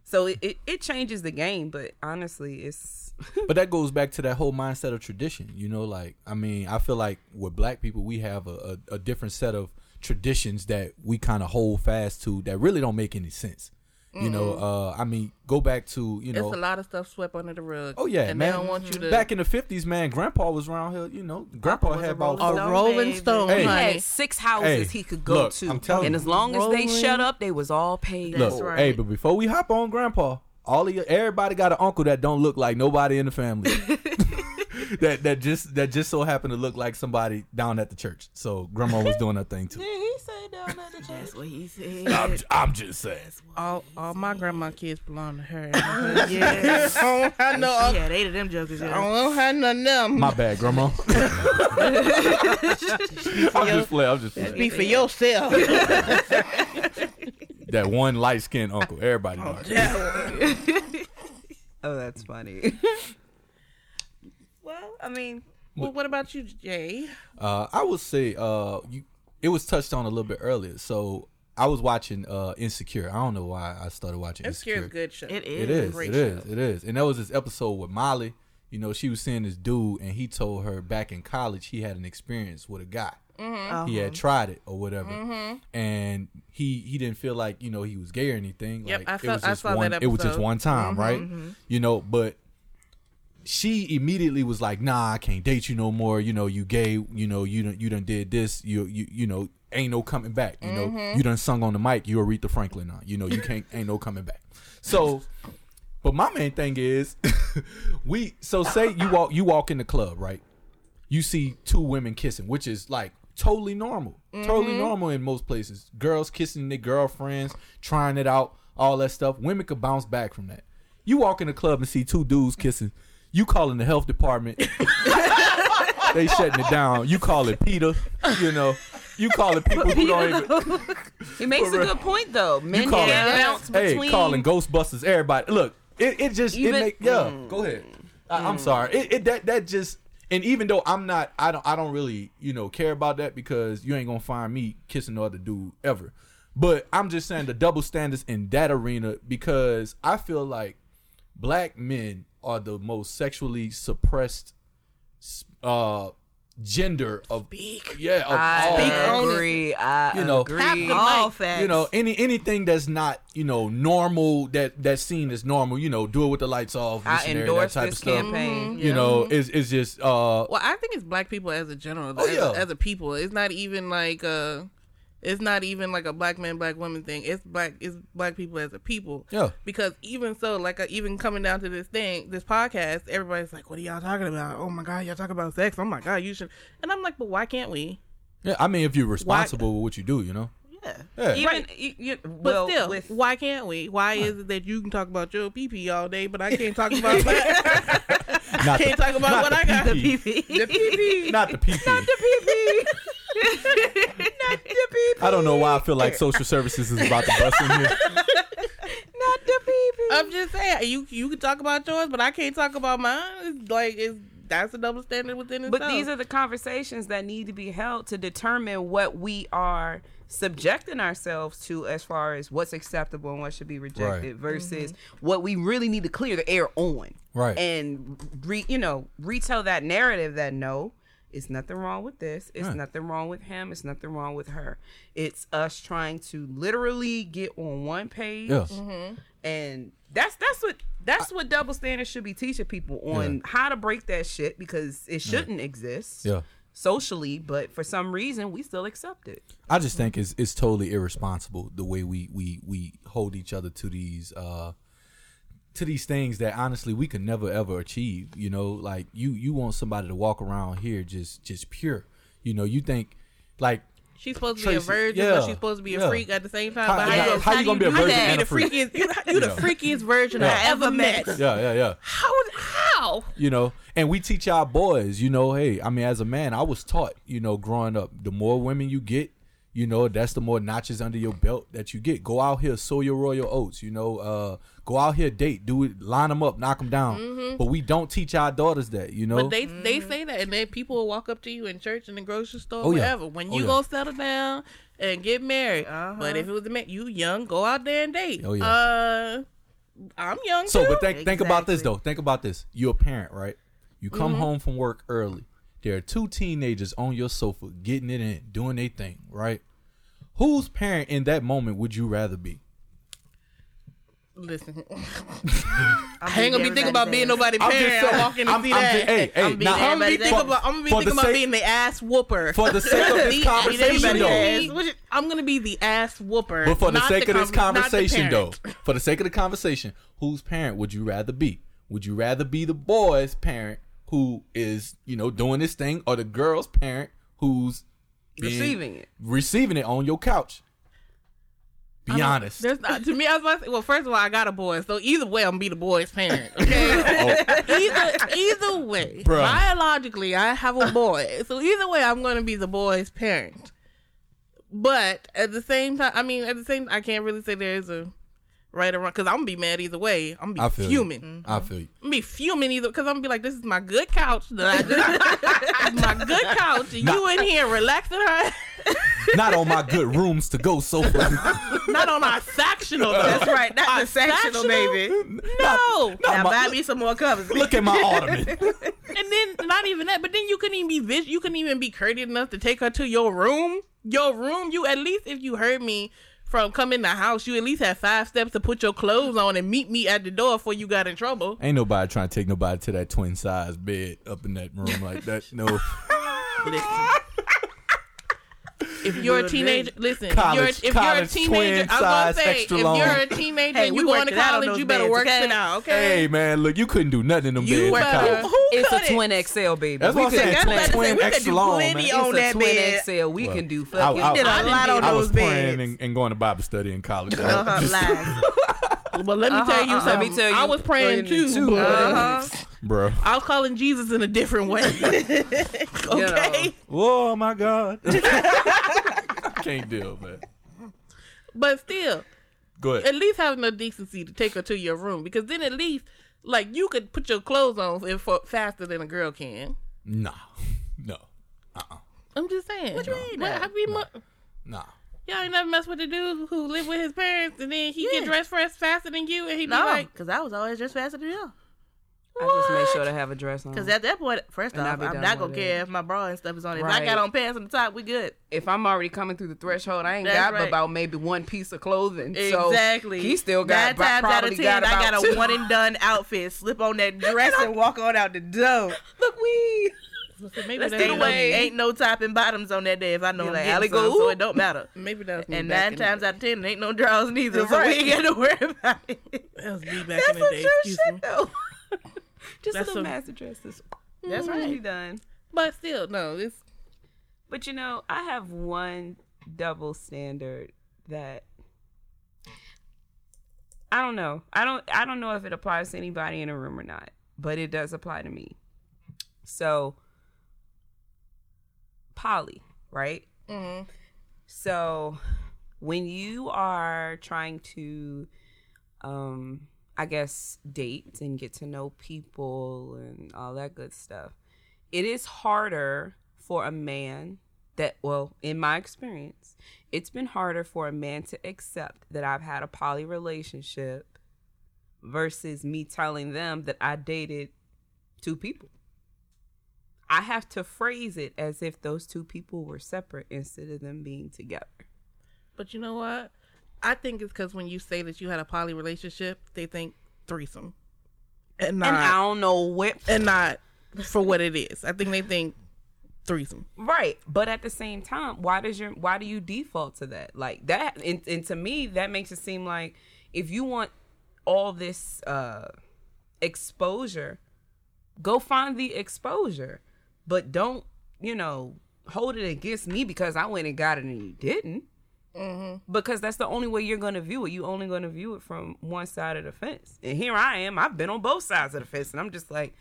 E: So it, it, it changes the game, but honestly, it's
C: but that goes back to that whole mindset of tradition. You know, like I mean, I feel like with black people, we have a, a, a different set of traditions that we kind of hold fast to that really don't make any sense. You know, uh, I mean, go back to you know
B: It's a lot of stuff swept under the rug.
C: Oh yeah,
B: and
C: man.
B: they don't want you to
C: Back in the fifties, man, Grandpa was around here. You know, Grandpa
F: was
C: had
F: a
C: about
B: a
F: Stone,
B: rolling
F: baby.
B: stone,
C: Hey.
E: he
B: honey.
E: had six houses
C: Hey,
E: he could go
C: look,
E: to,
C: I'm telling
E: and
C: you.
E: as long as they
B: Rolling.
E: shut up, they was all paid.
C: look.
E: for.
F: right.
C: Hey, but before we hop on Grandpa, all of your, everybody got an uncle that don't look like nobody in the family. that that just that just so happened to look like somebody down at the church. So Grandma was doing that thing too.
F: he say down at the That's what he said.
C: I'm, j- I'm just saying.
B: All, all my grandma kids belong to her.
F: yeah,
B: I don't have no. I
F: yeah, they to them jokers. Yeah.
B: don't have none of them.
C: My bad, Grandma. I'm just playing. I'm just playing.
B: Be for yourself.
C: That one light skinned uncle. Everybody knows.
E: Oh, that's funny. well, I mean,
B: well, what about you, Jay?
C: Uh, I would say uh, you, it was touched on a little bit earlier. So I was watching uh, Insecure. I don't know why I started watching Insecure.
B: Insecure is a good show.
F: It is.
C: It is.
B: Great
C: It is. It is. And there was this episode with Molly. You know, she was seeing this dude, and he told her back in college he had an experience with a guy.
B: Mm-hmm.
C: He had tried it or whatever, and he he didn't feel like you know he was gay or anything.
B: Yep,
C: like
B: I felt-
C: it was
B: I
C: just
B: saw that
C: one. It was just
B: episode. Mm-hmm.
C: one time, right? You know, but she immediately was like, "Nah, I can't date you no more. You know, you gay. You know, you done you done did this. You you you know, ain't no coming back. You know,
B: Mm-hmm.
C: you done sung on the mic. You Aretha Franklin now. You know, you can't ain't no coming back. So, but my main thing is, we so say you walk you walk in the club, right? You see two women kissing, which is like totally normal, totally normal in most places. Girls kissing their girlfriends, trying it out, all that stuff. Women could bounce back from that. You walk in the club and see two dudes kissing. You calling the health department. they shutting it down. You call it Peter. You know. You calling people who don't even.
E: he makes a
C: real.
E: good point though. Men
C: call
E: can
C: it-
E: bounce
C: Hey,
E: between.
C: calling Ghostbusters, everybody. Look, it, it just
E: Even- Mm.
C: it make yeah. Go ahead. I, I'm sorry. It, it that that just and even though I'm not, I don't I don't really you know care about that because you ain't gonna find me kissing no other dude ever. But I'm just saying the double standards in that arena because I feel like black men are the most sexually suppressed uh gender of
B: Speak.
C: yeah of all,
E: I
B: on it.
E: agree. I
C: You know,
E: agree.
F: All facts.
C: you know any anything that's not you know normal that that seen as normal you know do it with the lights off
E: I
C: and that
E: endorse
C: type
E: this
C: of stuff
E: campaign.
C: you know it's it's just uh
B: Well, I think it's black people as a general,
C: Oh,
B: as,
C: yeah.
B: as a people. It's not even like uh it's not even like a black man, black woman thing. It's black, it's black people as a people.
C: Yeah.
B: Because even so, like uh, even coming down to this thing, this podcast, everybody's like, "What are y'all talking about? Oh my god, y'all talking about sex? Oh my god, you should." And I'm like, "But why can't we?"
C: yeah I mean if you're responsible with what you do you know
F: Yeah.
C: yeah
E: Even you, you,
B: But
E: well,
B: still,
E: with
B: why can't we? Why is it that you can talk about your pee pee all day, but I can't talk about that?
C: not
B: can't talk about
C: not
B: what I got.
C: the E pee-pee.
F: PP.
B: The E pee pee.
C: not the pee pee I don't know why I feel like social services is about to bust in here
E: not the people.
B: I'm just saying you you can talk about yours, but I can't talk about mine. It's like it's that's a double standard within itself.
E: But these are the conversations that need to be held to determine what we are subjecting ourselves to as far as what's acceptable and what should be rejected versus what we really need to clear the air on.
C: Right.
E: And re you know, retell that narrative that no, it's nothing wrong with this. It's nothing wrong with him. It's nothing wrong with her. It's us trying to literally get on one page
C: yeah
E: and that's that's what that's what double standards should be teaching people on
C: Yeah.
E: how to break that shit because it shouldn't exist
C: yeah
E: socially, but for some reason we still accept it.
C: I just think it's it's totally irresponsible the way we we we hold each other to these uh to these things that honestly we could never ever achieve. You know, like you you want somebody to walk around here just just pure. You know, you think like
B: she's supposed to be a
C: Tracy,
B: virgin,
C: yeah,
B: but she's supposed to be a
C: yeah.
B: freak at the same time.
C: How-
B: but
C: yeah,
B: how,
C: how you gonna be a
B: do
C: virgin
B: that?
C: and a freak?
B: You the freakiest, you, you the
C: Yeah.
B: freakiest virgin I ever met.
C: yeah yeah yeah
B: How how?
C: you know and we teach our boys you know hey i mean as a man i was taught you know growing up the more women you get you know that's the more notches under your belt that you get go out here sow your royal oats you know uh go out here date do it line them up knock them down but we don't teach our daughters that you know
B: Mm-hmm. But they they say that, and then people will walk up to you in church, in the grocery store,
C: Oh, yeah.
B: whatever. When
C: Oh,
B: you
C: yeah.
B: gonna settle down and get married, but if it was a man, you young, go out there and date.
C: Oh, yeah.
B: Uh, I'm young
C: So,
B: too.
C: but think think about this
F: Exactly.
C: though. Think about this. You're a parent, right? You come
B: Mm-hmm.
C: home from work early. There are two teenagers on your sofa getting it in, doing their thing, right? Whose parent in that moment would you rather be?
B: Listen,
F: I
B: I ain't gonna be thinking about being nobody's
C: I'm just
B: parent. I'm
C: saying.
B: walking to
C: I'm-
B: see
C: I'm
B: that.
C: just- hey, hey,
B: I'm being
C: now-
B: I'm gonna be
F: Everybody's
B: thinking
F: there.
B: about. I'm gonna be
C: For the
B: thinking about
C: sake-
B: being the ass whooper.
C: For the sake of this conversation,
F: everybody
C: though.
F: has-
B: Yes, which- I'm gonna be the ass whooper.
C: But for the
B: not
C: sake of this
B: con- not the
C: conversation, though,
B: parent.
C: for the sake of the conversation, whose parent would you rather be? Would you rather be the boy's parent who is, you know, doing this thing, or the girl's parent who's being-
E: Receiving it.
C: receiving it on your couch? Be honest.
B: There's not, to me, I was about to say, well, first of all, I got a boy, so either way, I'm gonna be the boy's parent. Okay,
C: Oh.
B: either either way,
C: Bruh.
B: biologically, I have a boy, so either way, I'm gonna be the boy's parent. But at the same time, I mean, at the same, I can't really say there's a right or wrong because I'm gonna be mad either way. I'm
C: I
B: gonna be
C: feel
B: fuming.
C: You. I feel you.
B: I'm gonna be fuming either because I'm gonna be like, this is my good couch that I just, my good couch. and You in here relaxing her,
C: Not on my good rooms to go sofa.
B: not on our sectional. Though.
F: That's right. Not
B: Our
F: the sectional, baby.
B: No.
F: Now
C: my-
F: buy me some more covers.
C: Look at my ottoman.
B: And then not even that, but then you couldn't even be vis- you couldn't even be courteous enough to take her to your room. Your room, you at least if you heard me from coming the house, you at least had five steps to put your clothes on and meet me at the door before you got in trouble.
C: Ain't nobody trying to take nobody to that twin size bed up in that room like that. No.
B: If you're a teenager, listen. if
C: College-
B: you're, if you're a
C: college
B: teenager,
C: twin
B: I'm gonna
C: size,
B: say if
C: extra long.
B: you're a teenager
F: Hey,
B: and
F: we
B: you going
F: worked
B: to
F: it out on
B: college,
F: those
B: you better
F: beds,
B: work
F: okay?
B: it out, okay?
C: hey man, look, you couldn't do nothing in them
B: You
C: beds. in college.
B: better-
F: Who, who
E: It's a
F: couldn't?
E: twin XL baby.
C: That's
E: we
C: what I'm saying.
E: could
F: That's
E: do
F: what I'm
C: Twin
F: saying. We could
C: extra
F: do
C: long,
F: plenty
C: man.
F: on
E: It's a
F: that
E: twin
F: bed.
E: XL. We can do
C: I-
E: fucking.
C: I-
F: did a
C: I
F: lot on
C: I
F: those
C: was praying
F: beds.
C: and, and going to Bible study in college.
F: uh-huh, lies.
B: Well, let me tell you
E: uh-uh. Let
B: something.
E: me tell
B: Uh-huh. I
E: you,
B: was praying
E: praying
B: too.
E: too.
B: but
F: Uh-huh.
C: Bro.
B: I was calling Jesus in a different way. okay.
C: Oh my God. Can't deal, man.
B: But still,
C: Go ahead.
B: at least having the decency to take her to your room because then at least like you could put your clothes on if, for, faster than a girl can.
C: Nah. No.
B: I'm just saying. What you mean? have you mu-
C: Nah.
B: y'all ain't never mess with the dude who live with his parents and then he get dressed first faster than you and he be
F: No,
B: like,
F: because I was always just faster than you.
E: I just make sure to have a dress on.
B: Mm.
F: Because at that point, first
E: And I'll
F: off,
E: be
F: I'm
E: done with
F: not gonna
E: it.
F: care if my bra and stuff is on. it. If I
E: Right.
F: got on pants on the top, we good.
E: if I'm already coming through the threshold, I ain't
F: That's
E: got
F: right.
E: about maybe one piece of clothing.
F: Exactly.
E: So he still got
F: nine times out
E: probably
F: of ten.
E: got
F: I got
E: about
F: a
E: two.
F: one and done outfit. Slip on that dress and walk on out the door.
E: Look, we.
B: So maybe
F: Let's
B: that's
F: ain't, no,
B: away.
F: ain't no top and bottoms on that day if I know
E: Be
F: I'm
E: like,
F: getting
E: "Alley
F: some,
E: go,
F: so
E: ooh."
F: it don't matter.
B: Maybe that was me
F: And
B: back
F: nine
B: in
F: times
B: the,
F: out of ten, there ain't no draws neither, so
E: Right.
F: we ain't got to worry about it.
B: that was me back in the day. Excuse me.
E: though. Just
B: That's
E: a little
B: some-
E: master dresses.
F: That's
E: You
F: right.
E: done.
B: But still, no, it's
E: But you know, I have one double standard that I don't know. I don't I don't know if it applies to anybody in a room or not, but it does apply to me. So poly, right? So when you are trying to um I guess date and get to know people and all that good stuff it is harder for a man that well in my experience it's been harder for a man to accept that i've had a poly relationship versus me telling them that i dated two people i have to phrase it as if those two people were separate instead of them being together
B: But you know what? I think it's because when you say that you had a poly relationship, they think threesome, and not
E: and
B: and,
E: i don't know what
B: not for what it is. I think they think threesome.
E: Right, but at the same time, why does your why do you default to that? Like that, and, and to me, that makes it seem like if you want all this uh exposure, go find the exposure, but don't you know hold it against me because I went and got it and you didn't.
B: Mm-hmm.
E: Because that's the only way you're going to view it. You're only going to view it from one side of the fence. And here I am. I've been on both sides of the fence, and I'm just like,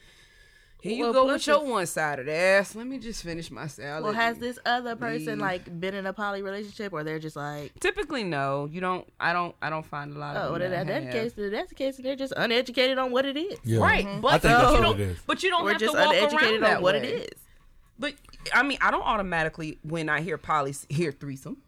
E: here
B: Well,
E: you go
B: plus
E: with your
B: if-
E: one sided ass. Let me just finish my salad.
F: Well, has this other person like been in a poly relationship, or they're just like,
E: Typically, no. You don't. I don't. I don't find a lot of.
F: oh, well,
E: them
F: then
E: that
F: at that
E: have.
F: case, then that's the case, they're just uneducated on what it is.
C: Yeah. Mm-hmm.
E: right? But
C: I think that's
E: you
C: what
E: don't,
C: it is.
E: But you don't
F: We're
E: have
F: just
E: to walk around
F: uneducated
E: that
F: on what
E: way.
F: it is.
E: But I mean, I don't automatically when I hear poly hear threesome.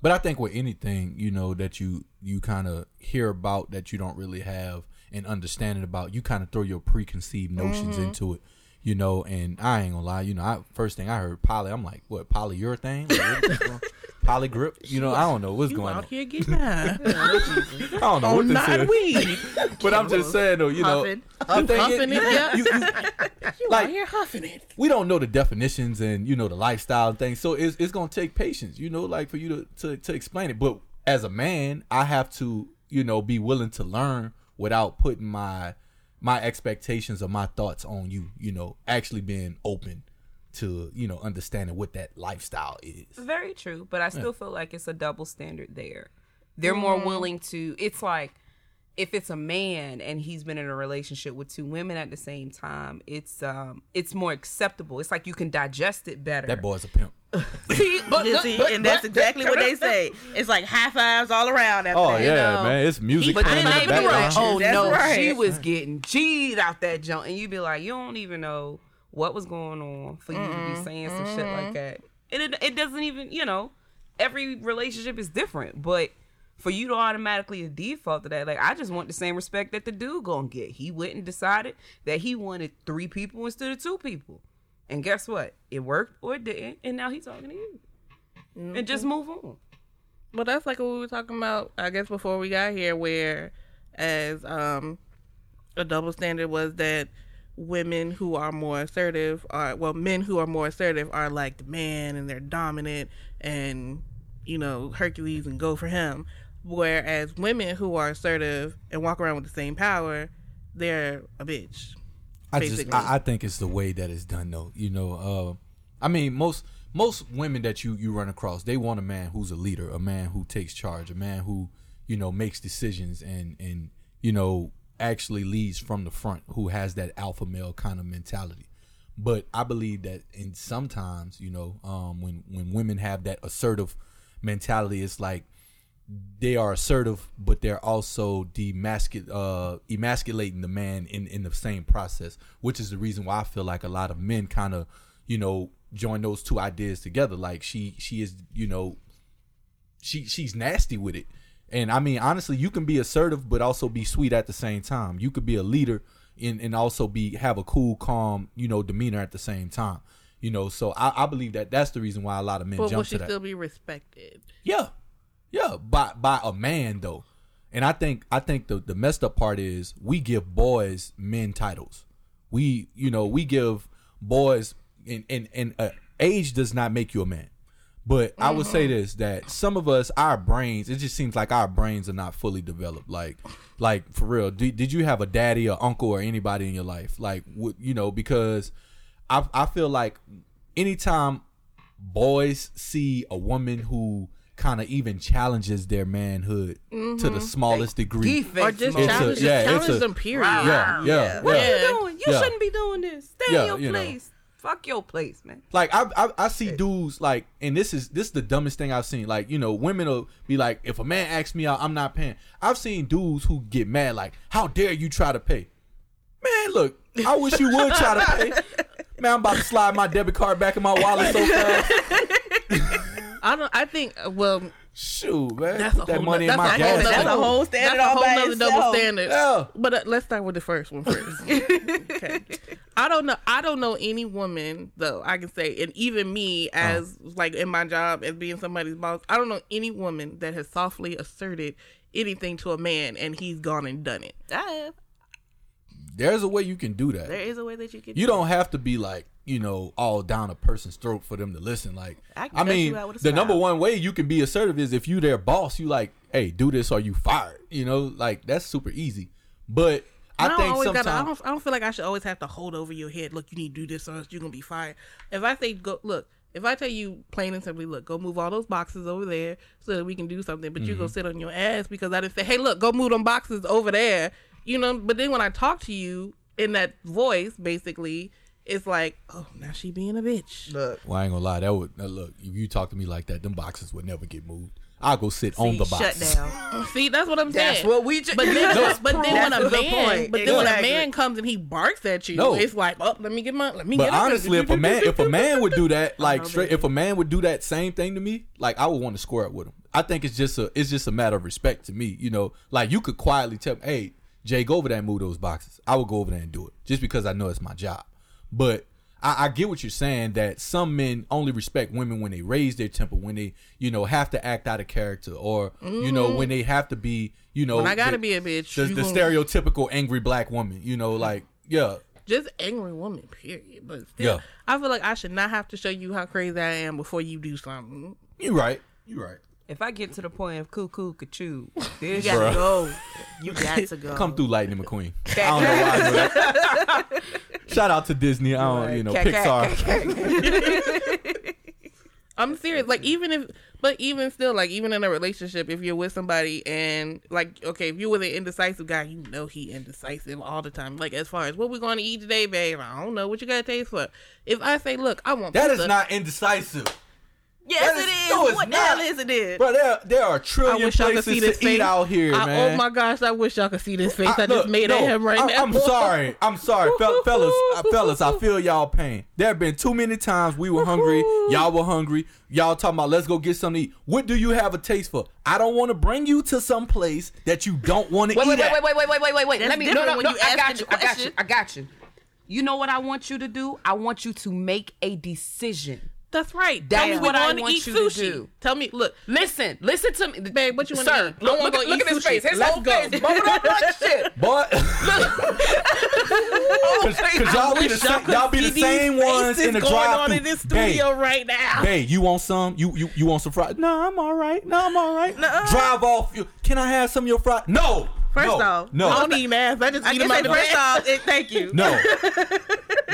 C: But I think with anything, you know, that you you kind of hear about that you don't really have an understanding about, you kind of throw your preconceived notions into it, you know. And I ain't gonna lie, you know, I first thing I heard poly, I'm like, what polyurethane, like, what is this one? poly grip, you know, I don't know what's
B: You
C: going on.
B: out here getting high
C: I don't know
B: on
C: what this
B: not
C: is.
B: weed.
C: But I'm just saying though, you
F: Huffing.
C: know, I'm
B: huffing it, yeah.
C: you,
B: You
C: Like-
B: out here huffing it.
C: we don't know the definitions and you know the lifestyle and things so it's, it's gonna take patience you know like for you to, to to explain it but as a man i have to you know be willing to learn without putting my my expectations or my thoughts on you you know actually being open to you know understanding what that lifestyle is
E: Very true, but I still feel like it's a double standard there. They're more
F: Mm-hmm.
E: willing to. It's like if it's a man and he's been in a relationship with two women at the same time, it's um, it's more acceptable. It's like you can digest it better.
C: that boy's a pimp
E: See, but,
F: You see,
E: but-
F: and that's
E: but-
F: exactly what they say. It's like high fives all around after
B: Oh,
F: that.
E: know, man,
C: Oh, it's music
E: But then they be like, oh
F: That's
E: no,
F: right.
E: she was getting G'd out that junk. And you'd be like, you don't even know what was going on for you to be saying some shit like that. And it, it doesn't even, you know, every relationship is different. But for you to automatically default to that, like, I just want the same respect that the dude gonna get. He went and decided that he wanted three people instead of two people. And guess what? It worked or it didn't. And now he's talking to you. And just move on.
B: Well, that's like what we were talking about, I guess, before we got here, where as um, a double standard was that women who are more assertive are, well, men who are more assertive are like the man and they're dominant and, you know, Hercules and go for him. Whereas women who are assertive and walk around with the same power, they're a bitch.
C: I just
B: basically.
C: I, I think it's the way that it's done though. You know, uh, I mean most most women that you you run across, they want a man who's a leader, a man who takes charge, a man who you know makes decisions and and you know actually leads from the front, who has that alpha male kind of mentality. But I believe that in sometimes you know um, when when women have that assertive mentality, it's like they are assertive, but they're also demascul- uh, emasculating the man in, in the same process, which is the reason why I feel like a lot of men kind of, you know, join those two ideas together. Like she she is, you know, she she's nasty with it. And I mean, honestly, you can be assertive but also be sweet at the same time. You could be a leader and, and also be have a cool, calm, you know, demeanor at the same time. You know, so I, I believe that that's the reason why a lot of men
B: But will
C: jump
B: she
C: to that.
B: still be respected?
C: Yeah, yeah, by by a man though, and I think I think the the messed up part is we give boys men titles. We you know we give boys and and and uh, age does not make you a man. But I would say this that some of us our brains it just seems like our brains are not fully developed. Like like for real, did, did you have a daddy or uncle or anybody in your life? Like wh- you know because I I feel like anytime boys see a woman who kind of even challenges their manhood to the smallest degree.
B: Or just
C: It's a-
B: challenge,
C: yeah, it's
B: challenge
C: a-
B: them, period.
C: Yeah, yeah,
E: What
C: yeah.
E: are you doing? You
C: Yeah.
E: shouldn't be doing this. Stay
C: Yeah,
E: in your
C: you know.
E: place. Fuck your place, man.
C: Like I, I, I see dudes like, and this is this is the dumbest thing I've seen. Like you know, women will be like, if a man asks me out, I'm not paying. I've seen dudes who get mad like, how dare you try to pay? Man, look, I wish you would try to pay. Man, I'm about to slide my debit card back in my wallet so fast.
B: I don't. I think. uh, Well,
C: Shoot, man,
B: that's a
C: put that
B: whole
C: money
B: noth-
C: in my
B: that's whole
C: gas.
B: nother-
C: tank.
F: That's a whole standard
B: That's a
F: all
B: whole
F: by
B: nother double
F: itself.
B: standard.
C: Yeah.
B: But uh, let's start with the first one first. okay. I don't know. I don't know any woman though. I can say, and even me as
C: Oh.
B: like in my job as being somebody's boss, I don't know any woman that has softly asserted anything to a man and he's gone and done it.
F: I have.
C: There's a way you can do that.
F: There is a way that you can.
C: you don't have to be like you know all down a person's throat for them to listen like
F: I
C: i,
F: can cut
C: mean
F: you out with a
C: the
F: smile.
C: number one way you can be assertive is if you their boss you like hey do this or you fired you know like that's super easy but i,
B: don't
C: think
B: always
C: sometimes
B: gotta, I don't. I don't feel like I should always have to hold over your head. Look, you need to do this, or else you're gonna be fired. If I say go, look. If I tell you plain and simply, look, go move all those boxes over there so that we can do something, but you go sit on your ass because I didn't say, hey, look, go move them boxes over there, you know. But then when I talk to you in that voice, basically, it's like, oh, now she being a bitch.
G: Look,
C: well, I ain't gonna lie that would now look if you talk to me like that them boxes would never get moved i'll go sit on the box
F: shut down.
B: See, that's what I'm saying.
G: that's what we just.
B: But then, but then when a
G: That's the
B: man,
G: point.
B: but then when a
G: Exactly.
B: man comes and he barks at you,
C: No.
B: it's like, oh, let me get my, let me
C: But
B: get. up and-
C: honestly, if a man if a man would do that, like straight, if a man would do that same thing to me, like I would want to square up with him. I think it's just a it's just a matter of respect to me, you know. Like you could quietly tell, me, hey, Jay, go over there and move those boxes. I would go over there and do it just because I know it's my job. But I, I get what you're saying that some men only respect women when they raise their temper, when they you know have to act out of character, or you know when they have to be you know
B: Mm. When I gotta
C: the-
B: be a bitch,
C: the,
B: you
C: the
B: gonna-
C: stereotypical angry black woman, you know, like yeah.
B: just angry woman, period. But still,
C: Yeah.
B: I feel like I should not have to show you how crazy I am before you do something.
C: You're right. You're right.
E: If I get to the point of cuckoo, cachoo, there's
F: You gotta
C: Bruh.
F: go. You got to go.
C: Come through Lightning McQueen. I don't know why I know that. Shout out to Disney. I don't, you know,
E: Cat, cat,
C: Pixar.
E: cat,
B: I'm serious. Like even if, but even still, like even in a relationship, if you're with somebody and like, okay, if you're with an indecisive guy, you know he indecisive all the time. Like as far as what we're going to eat today, babe, I don't know what you got to taste for. If I say, look, I want
C: That
B: pizza,
C: is not indecisive.
F: Yes,
C: That
F: it
C: is-
F: is.
C: no, it's
F: what
C: not.
F: the hell is it? Is
C: Bro, there, there are a
B: I
C: trillion
B: wish y'all could
C: places
B: see
C: to
B: this
C: eat
B: face
C: out here,
B: I,
C: man.
B: Oh my gosh, I wish y'all could see this face. I,
C: look,
B: just made
C: no,
B: at him right
C: I,
B: now.
C: I'm sorry. I'm sorry, Fel- fellas. I, fellas, I feel y'all pain. There have been too many times we were hungry. Y'all were hungry. Y'all talking about let's go get something to eat. What do you have a taste for? I don't want to bring you to some place that you don't want to
E: Wait,
C: eat
E: wait,
C: at.
E: wait, wait, wait, wait, wait, wait, wait.
F: That's
E: Let me. No,
F: different
E: no,
F: when
E: no.
F: you
E: I got you.
F: asking the
E: I got you.
F: question.
E: I got you. You know what I want you to do? I want you to make a decision.
B: That's right.
E: That's
B: Tell me
E: what
B: we're
E: I
B: going to
E: want
B: eat
E: you to
B: sushi.
E: do.
B: Tell me, look,
E: Listen, listen to me,
B: Babe, what you wanna
E: Sir,
B: eat? I
E: Look,
B: wanna
E: look,
B: go
E: at-
B: eat
E: look at his
B: sushi.
E: face. His
B: Let's
E: whole
B: go.
E: face bumping up like shit.
C: Boy, because y'all
B: Oh,
C: be the
B: wish y'all
C: same,
B: could
C: y'all be the
B: see these
C: same ones
B: faces
C: in the
B: going
C: drive
B: on in this studio right now.
C: Hey, you want some? You you you want some fries? No, I'm all right. No, I'm all right. Drive off. You, can I have some of your fries? No.
F: First
C: no,
F: off,
C: no,
B: I don't e- need math. I just
F: I
B: eat them
F: can say
B: out the
F: first off, it, thank you.
C: no,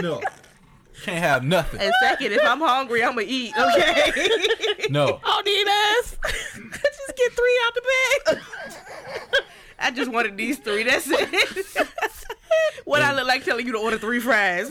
C: no. Can't have nothing.
F: And second, if I'm hungry, I'm gonna eat. Okay.
C: No.
B: I don't need ass. just get three out the bag.
F: I just wanted these three. That's it. what I look like telling you to order three fries.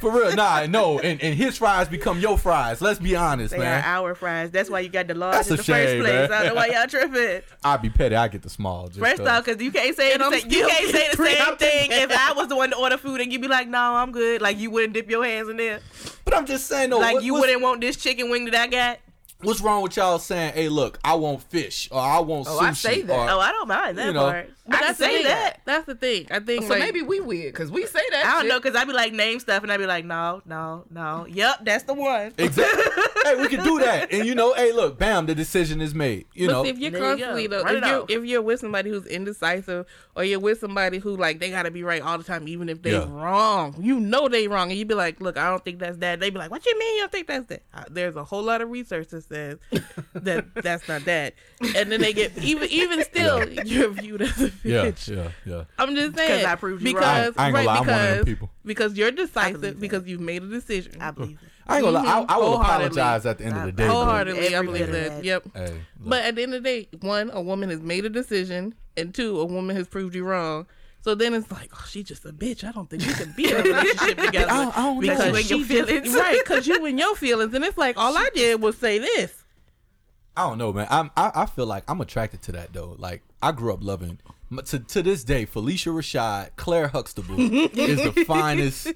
C: For real, nah, no, and, and his fries become your fries. Let's be honest,
F: they are
C: man.
F: our fries. That's why you got the large
C: That's
F: in
C: a
F: the
C: shame,
F: first place.
C: man.
F: I don't know why y'all tripping.
C: I be petty. I get the small. Just
F: First
C: 'cause.
F: off, because you can't say the
B: I'm
F: same, you
B: still
F: can't say the
B: getting
F: same
B: out the
F: thing if
B: bag.
F: I was the one to order food and you'd be like, "No, I'm good." Like you wouldn't dip your hands in there.
C: but I'm just saying though,
F: Like
C: what-
F: you
C: what's-
F: wouldn't want this chicken wing that I got.
C: What's wrong with y'all saying, "Hey, look, I want fish or I want sushi"?
E: I say that.
C: or-
F: Oh, I don't mind that
C: Uh, you know,
F: part.
B: But
E: can
B: that's the
E: say
B: thing.
E: that.
B: That's the thing. I think
G: So
B: like,
G: maybe we weird because we say that.
F: I don't
G: shit.
F: know, cause I'd be like name stuff, and I'd be like, no, no, no. Yep, that's the one.
C: Exactly. hey, we can do that, and you know, hey, look, bam, the decision is made. You
B: but
C: know,
B: see, if you're
F: there you go.
B: constantly though,
F: Run
B: if
F: it
B: you're
F: off.
B: if you're with somebody who's indecisive, or you're with somebody who like they gotta be right all the time, even if they
C: Yeah.
B: wrong, you know they wrong, and you be like, look, I don't think that's that. They be like, what you mean you don't think that's that? Uh, There's a whole lot of research that says that that's not that, and then they get even even still you're viewed as a
C: yeah,
B: bitch.
C: yeah, yeah.
B: I'm just saying
F: I proved you
B: because
C: wrong. I ain't- I ain't
B: right
C: gonna lie, I'm one of
B: because
C: them people.
B: because you're decisive because you've made a decision.
F: I believe it.
C: I ain't gonna lie. I, I will
B: Wholeheartedly.
C: apologize at the end of the day. bro.
B: Wholeheartedly, I
F: Every
B: believe
F: bit of
B: that.
F: that.
B: Yep.
C: Hey, look,
B: But at the end of the day, one, a woman has made a decision, and two, a woman has proved you wrong. So then it's like, oh, she's just a bitch. I don't think you can be in a relationship together
C: I don't- I don't know.
B: because
C: You and
B: she just- right? Because you and your feelings, and it's like all I did was say this.
C: I don't know, man. I'm, I I feel like I'm attracted to that though. Like I grew up loving but to to this day. Felicia Rashad, Claire Huxtable is the finest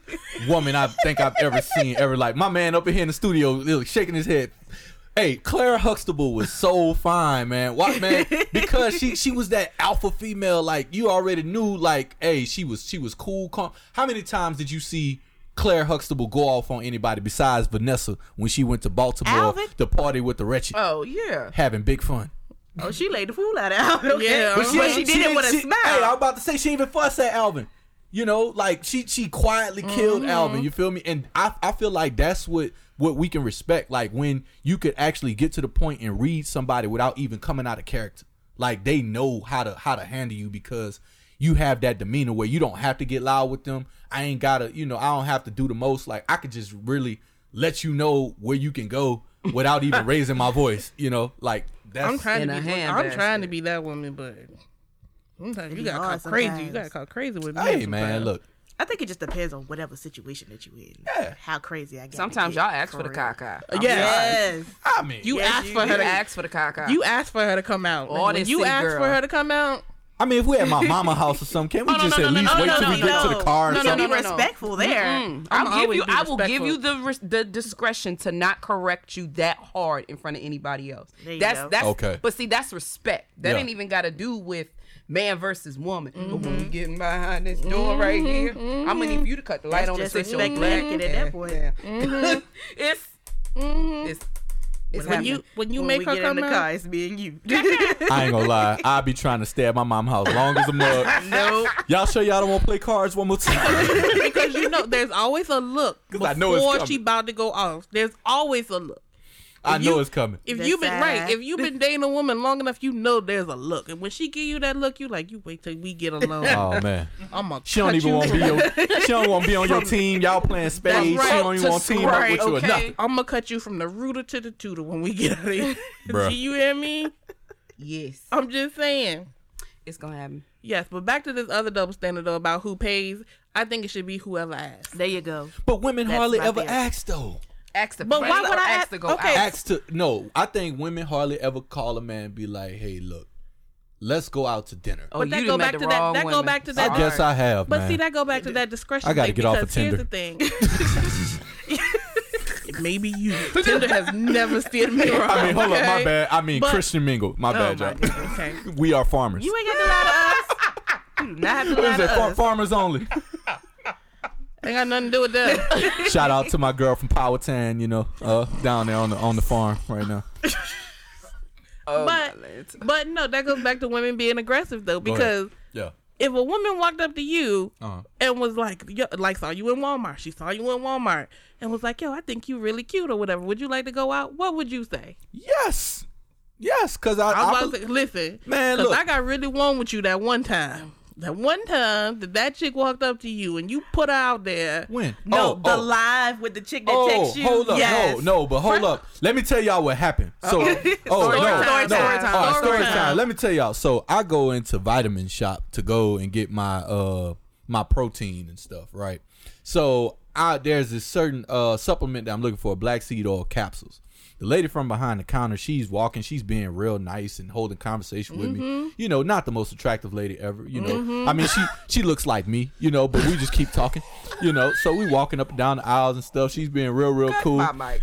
C: woman I think I've ever seen. Ever like my man up in here in the studio, like, shaking his head. Hey, Claire Huxtable was so fine, man. Why, man? Because she she was that alpha female. Like you already knew. Like, hey, she was she was cool. Calm. How many times did you see? Claire Huxtable go off on anybody besides Vanessa when she went to Baltimore
F: Alvin?
C: to party with the wretched
G: Oh yeah.
C: having big fun.
F: Oh, she laid the fool out of Alvin. Okay?
B: Yeah,
F: but she,
B: uh-huh.
F: did it with a
C: she-
F: smile.
C: Hey, I'm about to say she even fussed at Alvin. You know, like she she quietly killed
F: Mm-hmm.
C: Alvin. You feel me? And I I feel like that's what what we can respect. Like when you could actually get to the point and read somebody without even coming out of character. Like they know how to how to handle you because you have that demeanor where you don't have to get loud with them. I ain't gotta you know I don't have to do the most. Like I could just really let you know where you can go without even raising my voice. You know, like that's
B: I'm trying
E: In
B: to
E: a
B: be.
E: hand
B: I'm trying
E: basket.
B: to be that woman, but sometimes you
F: You
B: got
F: are
B: caught crazy. You
F: sometimes.
B: got caught crazy with me.
C: Hey man,
B: sometimes.
C: look.
F: I think it just depends on whatever situation that you in. How crazy I get.
E: Sometimes y'all ask for the caca.
F: Yes.
C: I mean,
B: You
F: Yes,
B: asked
F: you
B: for
E: You
B: her to.
E: ask for the caca.
B: You asked for her to come out.
E: All
B: When
E: this
B: you
E: sick
B: asked for
E: girl.
B: her to come out.
C: I mean, if we at my mama house or something, can we
B: Oh, no,
C: just
B: no,
C: at
B: no,
C: least
B: no,
C: wait
B: no,
C: till
B: no,
C: we get to
F: no.
C: the car? or
B: No, no,
F: So
C: something?
F: be
B: no, no, no.
F: respectful there.
E: Mm,
B: I'ma
E: I'll give
B: always
E: you.
B: be
E: I will give
B: respectful.
E: you the res- the discretion to not correct you that hard in front of anybody else.
F: There you
E: that's
F: go.
E: that's
C: Okay.
E: But see, that's respect. That
C: Yeah.
E: ain't even got to do with man versus woman. But when we
B: Mm-hmm.
E: getting behind this door right here, I'm gonna need you to cut the light
F: That's
E: on the
F: just
E: switch
F: respect
E: on black.
F: lacking at that point.
E: Yeah.
B: Mm-hmm.
E: it's it's it's
B: When you
E: happening.
B: when you
F: When
B: make
F: we
B: her
F: get in
B: come
F: the
B: out.
F: car, it's me and you.
C: I ain't gonna lie. I be trying to stay at my mama house long as a mug.
F: no.
C: Y'all sure y'all don't want to play cards one more time?
B: because you know there's always a look
C: 'Cause
B: before
C: I know it's
B: she
C: coming.
B: about to go off. There's always a look.
C: I know
B: you-
C: it's coming.
B: If
F: That's
B: you've been right,
F: sad.
B: if you've been dating a woman long enough, you know there's a look. And when she give you that look, you like you wait till we get alone.
C: Oh man,
B: I'm gonna
C: she don't even want to be
B: you.
C: your. She don't want to be on your team. Y'all playing spades. She
B: right.
C: don't even want to team up with you or
E: okay?
C: nothing.
B: I'm gonna cut you from the rooter to the tutor when we get out of here.
C: Bruh.
B: Do you hear me?
E: yes,
B: I'm just saying.
E: it's gonna happen.
B: Yes, but back to this other double standard though about who pays. I think it should be whoever asks.
F: There you go.
C: But women hardly
F: my
C: ever
F: bad.
C: ask though.
E: Ask the
B: But why
E: friend
B: would
E: or
B: I
E: ask
B: ask-
E: to go
B: okay.
E: out?
C: Ask to no. I think women hardly ever call a man and be like, "Hey, look, let's go out to dinner."
E: Oh,
B: But that
E: you
B: go
E: done met
B: back
E: the
B: to that-
E: wrong
B: that go
E: women.
B: back to that-
C: I guess I have,
B: But
C: man.
B: see, that go back to that discretion.
C: I gotta
B: thing,
C: get off of
B: because Here's the thing. Maybe you. Tinder has never steered me wrong.
C: I mean, hold up, my
B: okay?
C: bad. I mean,
B: But-
C: Christian Mingle. My
B: Oh
C: bad,
B: my
C: y'all.
B: God, okay.
C: We are farmers.
F: You ain't got to lie to us. You do not have to lie
C: What is it?
F: to
C: Far-
F: us.
C: farmers only.
B: Ain't got nothing to do with that.
C: Shout out to my girl from Powhatan, you know, uh, down there on the on the farm right now.
E: Oh, my
B: But
E: lord.
B: but no, that goes back to women being aggressive though,
C: ahead.
B: because
C: Yeah.
B: if a woman walked up to you
C: Uh-huh.
B: and was like, yo, like saw you in Walmart, she saw you in Walmart, and was like, yo, I think you really cute or whatever. Would you like to go out? What would you say?
C: Yes. Yes, cause I,
B: I'm
C: I
B: about to
C: bel-
B: say, listen,
C: Man,
B: because
C: look.
B: I got really warm with you that one time. That one time that that chick walked up to you and you put her out there.
C: when
F: No,
C: oh,
F: the
C: oh.
F: live with the chick that
C: Oh,
F: texts you.
C: hold up.
F: Yes.
C: No, no, but hold up. Let me tell y'all what happened. So, oh, no,
B: time,
C: no.
B: story time,
C: All right,
B: story
C: story
B: time.
C: time. Let me tell y'all. So, I go into Vitamin Shop to go and get my uh my protein and stuff, right? So, I there's this certain uh supplement that I'm looking for, black seed oil capsules. The lady from behind the counter, she's walking, she's being real nice and holding conversation with
B: Mm-hmm.
C: me. You know, not the most attractive lady ever, you know. I mean, she she looks like me, you know, but we just keep talking, you know. So we walking up and down the aisles and stuff. She's being real real cool
E: my mic.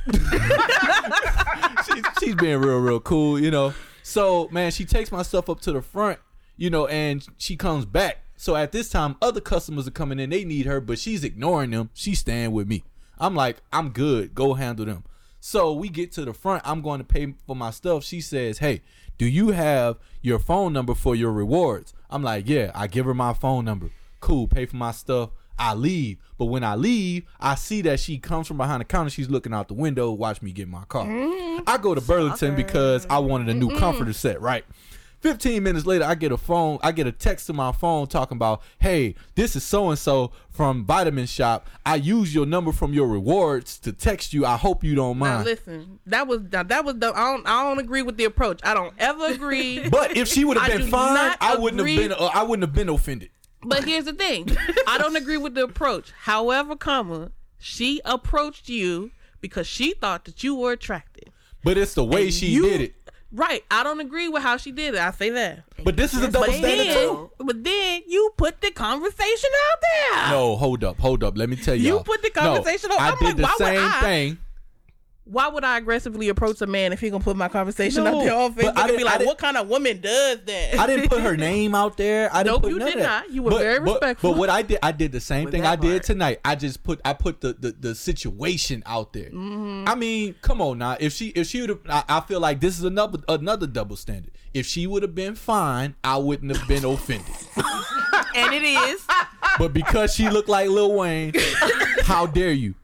C: she's, she's being real, real cool, you know. So, man, she takes my stuff up to the front you know, and she comes back. So at this time, other customers are coming in. They need her, but she's ignoring them. She's staying with me. I'm like, I'm good. Go handle them. So we get to the front. I'm going to pay for my stuff. She says, Hey, do you have your phone number for your rewards? I'm like, Yeah. I give her my phone number. Cool. Pay for my stuff. I leave. But when I leave, I see that she comes from behind the counter. She's looking out the window. Watch me get my car.
B: Mm-hmm.
C: I go to Burlington because I wanted a new comforter set, right? 15 minutes later, I get a phone, I get a text to my phone talking about, hey, this is so and so from Vitamin Shop. I use your number from your rewards to text you. I hope you don't
B: Now
C: mind.
B: listen, that was now, that was the I don't I don't agree with the approach. I don't ever agree.
C: But if she would have
B: I
C: been
B: do
C: fine,
B: not
C: I wouldn't
B: agree-
C: have been. Uh, I wouldn't have been offended.
B: but here's the thing, I don't agree with the approach. However, comma she approached you because she thought that you were attractive.
C: But it's the way she
B: you-
C: did it.
B: Right. I don't agree with how she did it. I say that.
C: But this is a double
B: But
C: standard too.
B: then, but then you put the conversation out there.
C: No, hold up, hold up. Let me tell you.
B: You put the conversation
C: no,
B: on-
C: I
B: I'm
C: did
B: like,
C: the
B: why would
C: same
B: I?
C: thing.
B: Why would I aggressively approach a man if he gonna put my conversation
C: No,
B: out there on
C: but I
B: Facebook and be
C: didn't- I
B: like,
C: didn't-
B: "What kind of woman does that?"
C: I didn't put her name out there. I didn't
B: Nope,
C: put
B: you
C: none
B: did
C: of that.
B: not. You were very respectful.
C: But what I did, I did the same
G: With
C: thing
G: that
C: I did
G: part.
C: tonight. I just put, I put the the, the situation out there.
B: Mm-hmm.
C: I mean, come on now. If she, if she would have, I, I feel like this is another another double standard. If she would have been fine, I wouldn't have been offended.
E: and it is.
C: but because she looked like Lil Wayne, how dare you?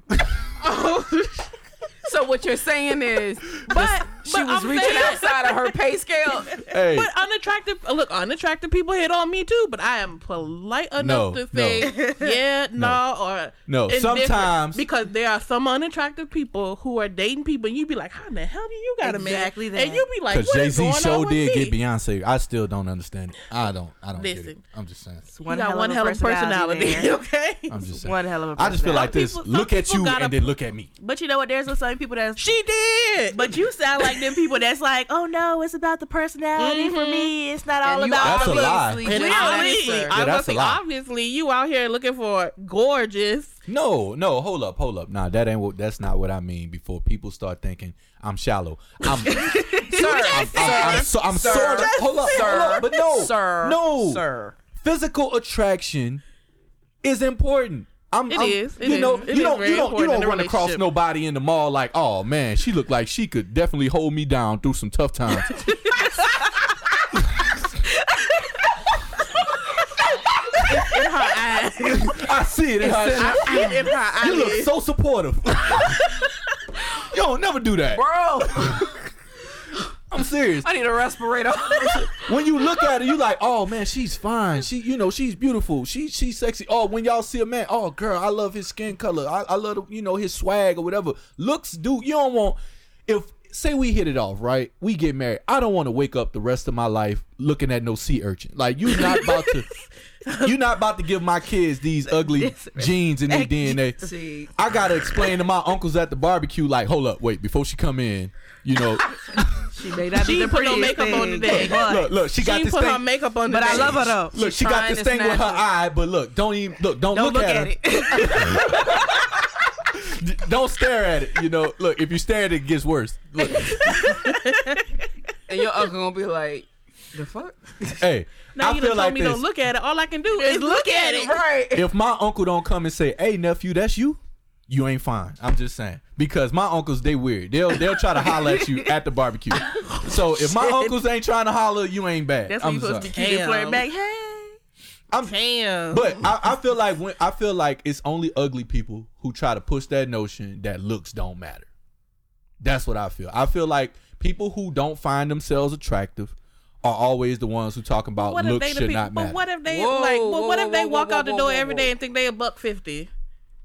E: so what you're saying is, but she
B: but
E: was
B: I'm
E: reaching
B: saying-
E: outside of her pay scale.
C: Hey,
B: But unattractive, uh, look, unattractive people hit on me too. But I am polite enough
C: No,
B: to say, yeah, no, or
C: No,
B: indifferent.
C: sometimes-
B: because there are some unattractive people who are dating people, and you be like, how in the hell do you got a man?
F: Exactly that.
B: And you be like,
C: because
B: what
C: Jay
B: is
C: Z
B: going
C: show
B: on with
C: did
B: me?
C: get Beyonce. I still don't understand it. I don't. I don't get it.
B: Listen.
C: I'm just saying.
B: You got one hell of a personality, okay?
C: I'm just saying.
F: One hell of a
C: I just feel like
F: personality.
C: this.
B: Some people-
C: look
B: some
C: at
B: people
C: you
B: gotta-
C: and then look at me.
F: But you know what? There's some people that's
B: She did.
F: But you sound like them people that's like, oh no, it's about the personality
C: Mm-hmm.
F: for me. It's not all about
C: That's a
F: the looks."
C: lie.
G: obviously
B: And
G: just
B: obviously,
G: answered.
B: I
C: Yeah,
B: was
C: that's a
B: like,
C: lie.
B: obviously, you out here looking for gorgeous.
C: No, no, hold up, hold up. Nah, that ain't what. That's not what I mean. Before people start thinking I'm shallow, I'm, I'm, I'm, I'm, so, I'm
G: Sir.
C: sort of. Hold up,
G: Sir.
C: hold up, but no,
G: Sir.
C: no,
G: Sir.
C: Physical attraction is important. I'm,
B: It
C: I'm-
B: is, it
C: you know,
B: is. It
C: you
B: is
C: don't,
B: very
C: you don't, you
B: important in
C: don't
B: a
C: run across
B: relationship.
C: nobody in the mall like, oh man, she looked like she could definitely hold me down through some tough times.
B: In her eyes.
C: I see it. in her-
B: in her eyes.
C: you look so supportive. you don't never do that.
G: Bro,
C: I'm serious.
G: I need a respirator.
C: when you look at her, you like, oh man, she's fine. She, you know, she's beautiful. She, she's sexy. Oh, when y'all see a man, oh girl, I love his skin color. I, I love, you know, his swag or whatever. Looks, dude, you don't want. If say we hit it off, right? We get married. I don't want to wake up the rest of my life looking at no sea urchin. Like you not about to. You're not about to give my kids these ugly genes in their DNA. I gotta explain to my uncles at the barbecue, like, hold up, wait, before she come in, you know,
E: She may not
B: She
E: be the
B: didn't put no
E: prettiest
B: makeup on
E: thing,
B: today.
E: but-
C: look, look, she got
B: she
C: this
B: put
C: thing.
B: her makeup on
E: But I
B: today.
E: love her though.
C: Look,
E: She's
C: she got
E: trying
C: this
E: to
C: thing with her
E: snatch
C: eye, but look, don't even look, don't
E: Don't
C: look,
E: look
C: at,
E: at
C: it.
E: it.
C: D- Don't stare at it. You know, look, if you stare at it, it gets worse. Look,
G: and your uncle gonna be like, the fuck?
C: hey,
B: Now
C: I
B: you
C: feel
B: done
C: like
B: told me
C: this.
B: don't look at it. All I can do is look at it.
G: Right.
C: if my uncle don't come and say, "Hey nephew, that's you," you ain't fine. I'm just saying because my uncles they weird. They'll they'll try to holler at you at the barbecue. So if my uncles ain't trying to holler, you ain't bad.
F: That's
C: I'm
F: when you're supposed to be
C: sorry.
F: cute and flirt
B: Damn.
F: back. Hey.
B: Damn.
C: But I, I feel like when I feel like it's only ugly people who try to push that notion that looks don't matter. That's what I feel. I feel like people who don't find themselves attractive are always the ones who talk about
B: what if
C: looks
B: they the
C: should
B: people?
C: not matter.
B: But what if they
G: Whoa,
B: like? But
G: whoa,
B: what
G: whoa,
B: if they
G: whoa,
B: walk
G: whoa,
B: out the
G: whoa,
B: door
G: whoa,
B: every
G: whoa.
B: day and think they a buck fifty?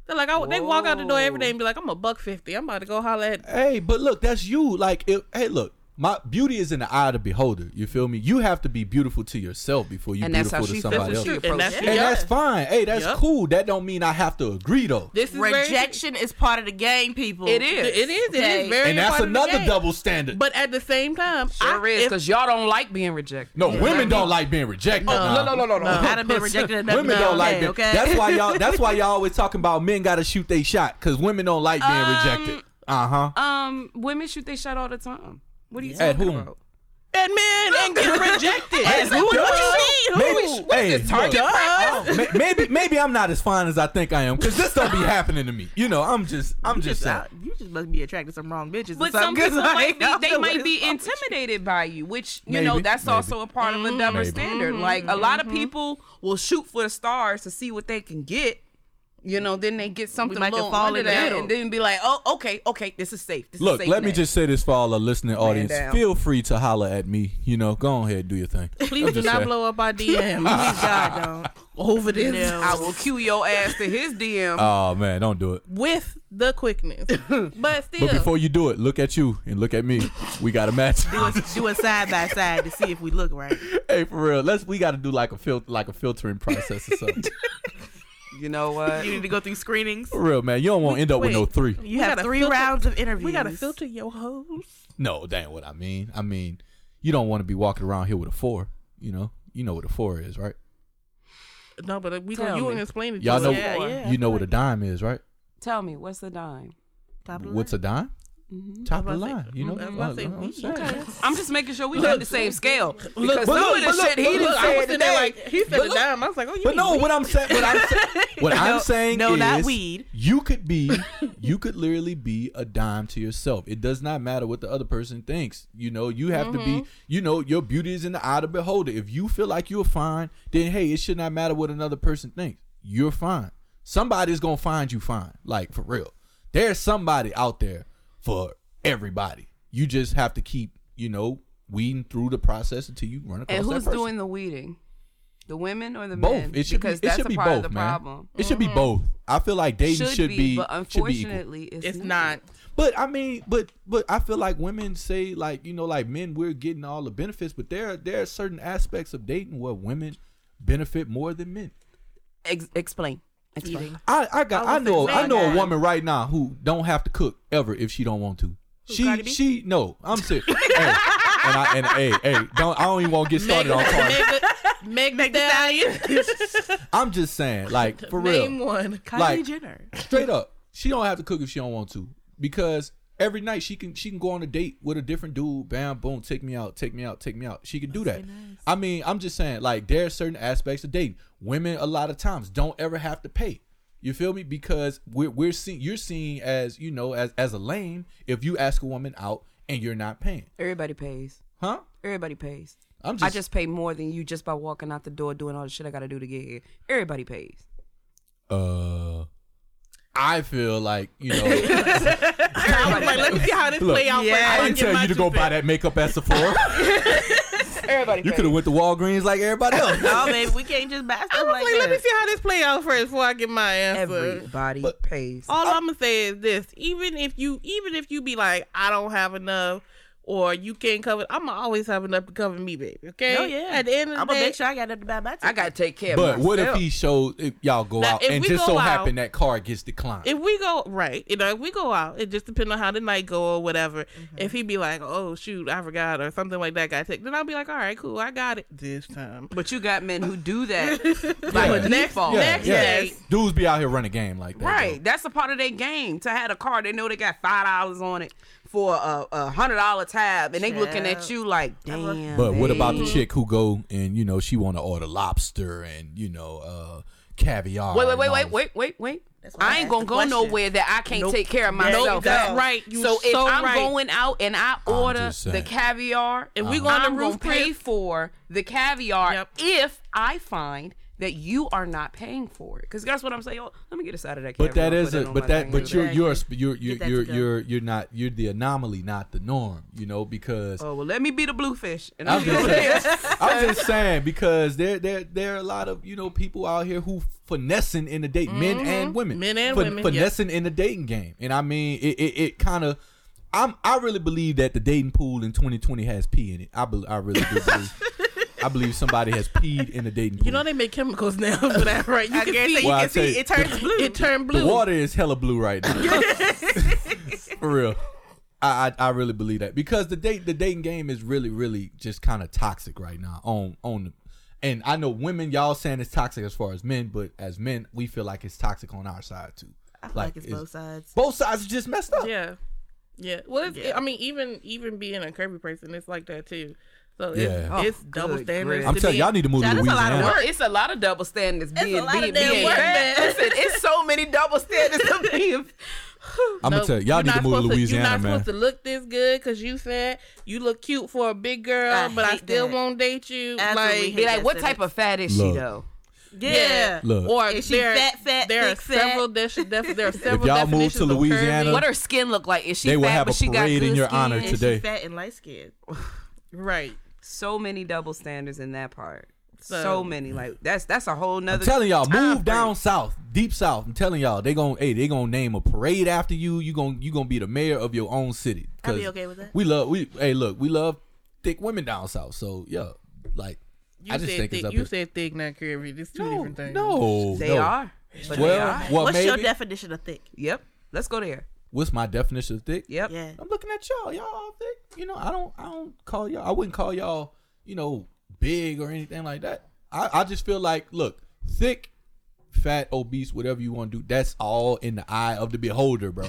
B: They're like, I, they walk out the door every day and be like, I'm a buck fifty. I'm about to go holler at.
C: hey, but look, that's you. Like, if, hey, look, my beauty is in the eye of the beholder. You feel me? You have to be beautiful to yourself before you
E: And that's
C: beautiful
E: how
C: to
E: she feels.
C: somebody
E: That's
C: else.
E: the
C: And
E: truth.
B: And that's
E: approach.
B: yeah.
C: that's fine. Hey, that's
B: Yep.
C: cool. That don't mean I have to agree though.
B: This is very-
F: Rejection is part of the game, people.
E: It is.
B: It is. It is
F: Okay.
B: very.
C: and that's
B: part of the
C: another
B: game.
C: double standard.
B: But at the same time,
E: Sure
B: I,
E: is,
B: if-
E: because y'all don't like being rejected.
C: no, women don't like being rejected.
B: No,
C: nah.
G: No, no, no, no.
B: No.
F: I done been rejected enough.
C: Women don't like that.
F: Okay.
C: That's why y'all. That's why y'all always talking about men got to shoot they shot because women don't like being rejected. Uh huh.
E: Um, women shoot they shot all the time. What are you
C: At
E: talking
C: whom?
E: about?
B: that man and get rejected. Who do you mean? Who?
C: Maybe, hey, look, ma- maybe maybe I'm not as fine as I think I am because this don't be happening to me. You know, I'm just I'm just saying.
F: out- you just must be attracted to some wrong bitches. or
E: But some
F: something, 'cause
E: people
F: I
E: might
F: ain't
E: be,
F: out
E: they
F: there
E: might
F: with
E: be
F: some-
E: intimidated by you, which you
C: Maybe,
E: know that's
C: maybe.
E: also a part of a double
C: Maybe.
E: standard. Like a lot of people will shoot for the stars to see what they can get. You know, then they get something like
F: might could
E: little
F: fall
E: under
F: in the
E: that,
F: middle.
E: and then be like, "Oh, okay, okay, this is safe." This is
C: Look,
E: safe
C: let me
E: now.
C: just say this for all the listening audience.
E: down.
C: Feel free to holler at me. You know, go on ahead, do your thing.
B: Please do
C: just
B: not
C: saying.
B: blow up our DM
F: Please God don't.
B: over this
E: I will cue your ass to his DM.
C: Oh man, don't do it.
B: with the quickness. But still,
C: But before you do it, look at you and look at me. We got a match.
F: Do a side by side to see if we look right.
C: hey, for real, let's. We got to do like a fil- like a filtering process or something.
E: You know
C: Uh,
E: what?
F: You need to go through screenings.
C: for real, man, you don't want to end up with no
B: Wait.
C: three.
F: You
B: We
F: have
B: gotta
F: three
B: filter-
F: rounds of interviews.
B: we gotta filter your hoes.
C: No, that ain't what I mean. I mean, you don't want to be walking around here with a four. You know, you know what a four is, right?
B: No, but uh, we
E: Tell
B: gonna, you
E: me.
B: gonna explain it. to
C: Y'all
B: us.
C: know,
B: Yeah, yeah.
C: you know what a dime is, right?
E: Tell me, what's the dime?
F: Top of the
C: What's a dime? Top of the
B: I was about
C: line.
B: to say-
C: You know,
B: I was about to say
C: Uh, I'm
B: we.
C: saying.
B: Okay.
E: I'm just making sure we on the same scale. Because
B: but
E: some
C: look,
E: of the
C: but look,
E: shit he
C: but
E: done
C: look, I
E: said
C: was in
E: today,
C: there
E: like,
B: He said a dime. I was like, oh, you.
C: But
B: mean
C: no,
B: weed?
C: what I'm saying, what I'm, sa- what I'm saying
F: no,
C: is,
F: not weed.
C: You could be, you could literally be a dime to yourself. It does not matter what the other person thinks. You know, you have to
F: Mm-hmm.
C: be. You know, your beauty is in the eye of the beholder. If you feel like you're fine, then hey, it should not matter what another person thinks. You're fine. Somebody's gonna find you fine. Like for real, there's somebody out there for everybody. You just have to keep, you know, weeding through the process until you run across
E: and
C: that
E: who's
C: person.
E: doing the weeding? The women or the
C: both.
E: men?
C: It should
E: because
C: be, it
E: that's
C: should
E: a
C: be
E: part
C: both,
E: of the
C: man.
E: problem. Mm-hmm.
C: It should be both. I feel like dating should, be,
E: but
C: should be equal.
E: unfortunately,
B: It's not.
C: But I mean, but but I feel like women say like you know like men we're getting all the benefits, but there are, there are certain aspects of dating where women benefit more than men.
E: Ex- explain. Explain.
C: I I got I,
F: was
C: know I
F: thinking
C: know
F: that.
C: a woman right now who don't have to cook ever if she don't want to. she
F: Cardi B?
C: she no I'm serious. hey, and I and hey hey don't I don't even want to get started on Cardi.
B: Meg, Meg the Stallion.
C: I'm just saying like for real.
B: Name one.
F: Kylie
C: Like-
F: Jenner.
C: straight up she don't have to cook if she don't want to because every night she can she can go on a date with a different dude bam boom take me out take me out take me out she can do that i mean i'm just saying like there are certain aspects of dating women a lot of times don't ever have to pay you feel me because we're, we're seeing you're seeing as you know as as a lame if you ask a woman out and you're not paying
E: Everybody pays.
C: huh
E: Everybody pays.
C: i'm
E: I just pay more than you just by walking out the door doing all the shit I got to do to get here. Everybody pays.
C: uh i feel like you know
B: I was like, let me see how this
C: Look,
B: play out.
E: yeah.
B: first.
E: I
C: I
B: I'll
C: didn't
B: get
C: tell
B: my
C: you to
B: two
C: go
B: cents.
C: buy that makeup at Sephora.
E: Everybody
C: You
E: pays.
C: could have went to Walgreens like everybody else.
F: No, Oh, baby, we can't just buy
B: I
F: stuff
B: was
F: like
B: like, let me
F: that.
B: see how this play out first before I get my answer.
E: Everybody
C: But-
E: pays.
B: All I'm gonna say is this: even if you, even if you be like, I don't have enough, or you can't cover, I'ma always have enough to cover me, baby. Okay?
F: Oh yeah.
B: At the end of
F: I'm
B: the
F: gonna
B: day,
F: make sure I got nothing to buy my.
E: I
F: ticket.
E: got to take care
C: But
E: of myself.
C: what if he showed if y'all go
B: Now,
C: out
B: if
C: and
B: we
C: just
B: go
C: so
B: out-
C: happen that card gets declined?
B: if we go right, you know, if we go out, it just depends on how the night go or whatever. If he be like, oh shoot, I forgot or something like that, got take, then I'll be like, all right, cool, I got it this time.
E: But you got men who do that.
C: Yeah.
E: like next, default.
C: Yeah,
B: next
C: yeah.
B: day,
C: Dudes be out here running game like that.
E: Right, that's a part of their game. To have a car, they know they got five dollars on it for a, a hundred dollar tab, and they looking at you like, damn.
C: though. But what
E: babe."
C: about the chick who go and you know she want to order lobster and you know uh caviar?
E: Wait, wait,
C: and
E: wait,
C: all
E: wait,
C: this-
E: wait, wait, wait.
F: why I
E: I ain't
F: asked
E: gonna
F: the
E: go
F: question.
E: nowhere that I can't take care of myself.
B: that's right. You
E: so if
B: so
E: I'm
B: right.
E: going out and I order
C: just
E: the
C: saying.
E: caviar,
B: If we go on the
E: I'm
B: roof
E: gonna pay
B: trip-
E: for the caviar
B: Yep.
E: if I find that you are not paying for it. Because guess what I'm saying? Oh, let me get a side of that.
C: But
E: caviar
C: that
E: and put
C: is a
E: it on my
C: but that
E: thing.
C: but you're you're sp- you're
F: Get that
C: you're you're,
F: to go.
C: you're you're not you're the anomaly, not the norm. You know because
E: Oh well, let me be the bluefish, and
C: I'm
E: I'm
C: just
E: over there.
C: saying, I'm just saying because there there there are a lot of you know people out here who finessing in the date men and women
B: Mm-hmm. Men and women, yep.
C: finessing in the dating game and I mean it it, it kind of I'm I really believe that the dating pool in 2020 has pee in it I bel I really do believe I believe somebody has peed in the dating pool
B: you know they make chemicals now for that, right? You
F: I
B: can
F: guarantee
B: see
F: you
C: Well, I
F: can
C: tell
F: see
C: you,
F: it turns blue.
B: it turn
C: the
B: blue.
C: water is hella blue right now for real. I, I, I really believe that because the date the dating game is really really just kind of toxic right now on on the, and I know women y'all saying it's toxic as far as men but as men we feel like it's toxic on our side too
F: I feel like it's both sides.
C: both sides are just messed up
B: Yeah. Yeah. Well, it's, I mean, even even being a curvy person, it's like that too. So
C: Yeah.
B: it's, it's double
E: good
B: standards.
E: grief.
B: to
C: I'm telling
B: me.
C: you, y'all need to move
F: That
C: to
F: is a lot of
C: Louisiana.
E: Well, it's a lot of double standards being
F: lot of
E: being
F: damn
E: being
F: work, man.
E: Listen, it's so many double standards of being.
B: No,
C: I'm gonna tell you, y'all
B: you're
C: need to
B: not
C: move to
B: supposed You're
C: Louisiana,
B: not
C: man.
B: supposed to look this good because you said you look cute for a big girl,
F: I
B: but I
F: hate
B: still
F: that.
B: won't date you.
F: Absolutely
B: like,
F: hate
E: Be like, what
F: Yes, it
E: type
F: is.
E: of fat is
C: Look.
E: she though?
F: Yeah.
C: Look,
B: Or
F: Is she
B: there,
F: fat, fat,
B: there are
F: thick, fat?
B: several def- def- there are several
C: y'all move to
B: definitions of
C: Louisiana-
B: curvy.
E: What her skin look like? Is she
C: They
E: fat?
C: will have
E: but
C: a
E: she got
C: parade
E: good
C: in your
E: skin?
C: honor
F: And
C: Today.
F: she fat and light skinned.
B: right?
E: So many double standards in that part. So,
B: So-
E: many. Like that's that's a whole
C: I'm
E: nother.
C: telling y'all,
E: time
C: move
E: frame.
C: down south, deep south. I'm telling y'all, they gon' hey, they gonna name a parade after you. You gon' you gonna be the mayor of your own city.
F: I'd be
C: 'Cause
F: okay with that.
C: We love we hey look, we love thick women down south. So yeah, like
B: You
C: I just
B: said
C: think
B: thick,
C: it's up
B: you
C: here.
B: said thick, not curvy. It's two different things.
C: No,
E: They
C: no.
E: are. But they
C: Well,
E: are.
C: well,
F: What's your
C: maybe.
F: definition of thick?
E: Yep. Let's go there.
C: What's my definition of thick?
E: Yep.
F: Yeah.
C: I'm looking at y'all. Y'all all thick. You know, I don't I don't call y'all I wouldn't call y'all, you know, big or anything like that. I, I just feel like, look, thick, fat, obese, whatever you want to do, that's all in the eye of the beholder, bro.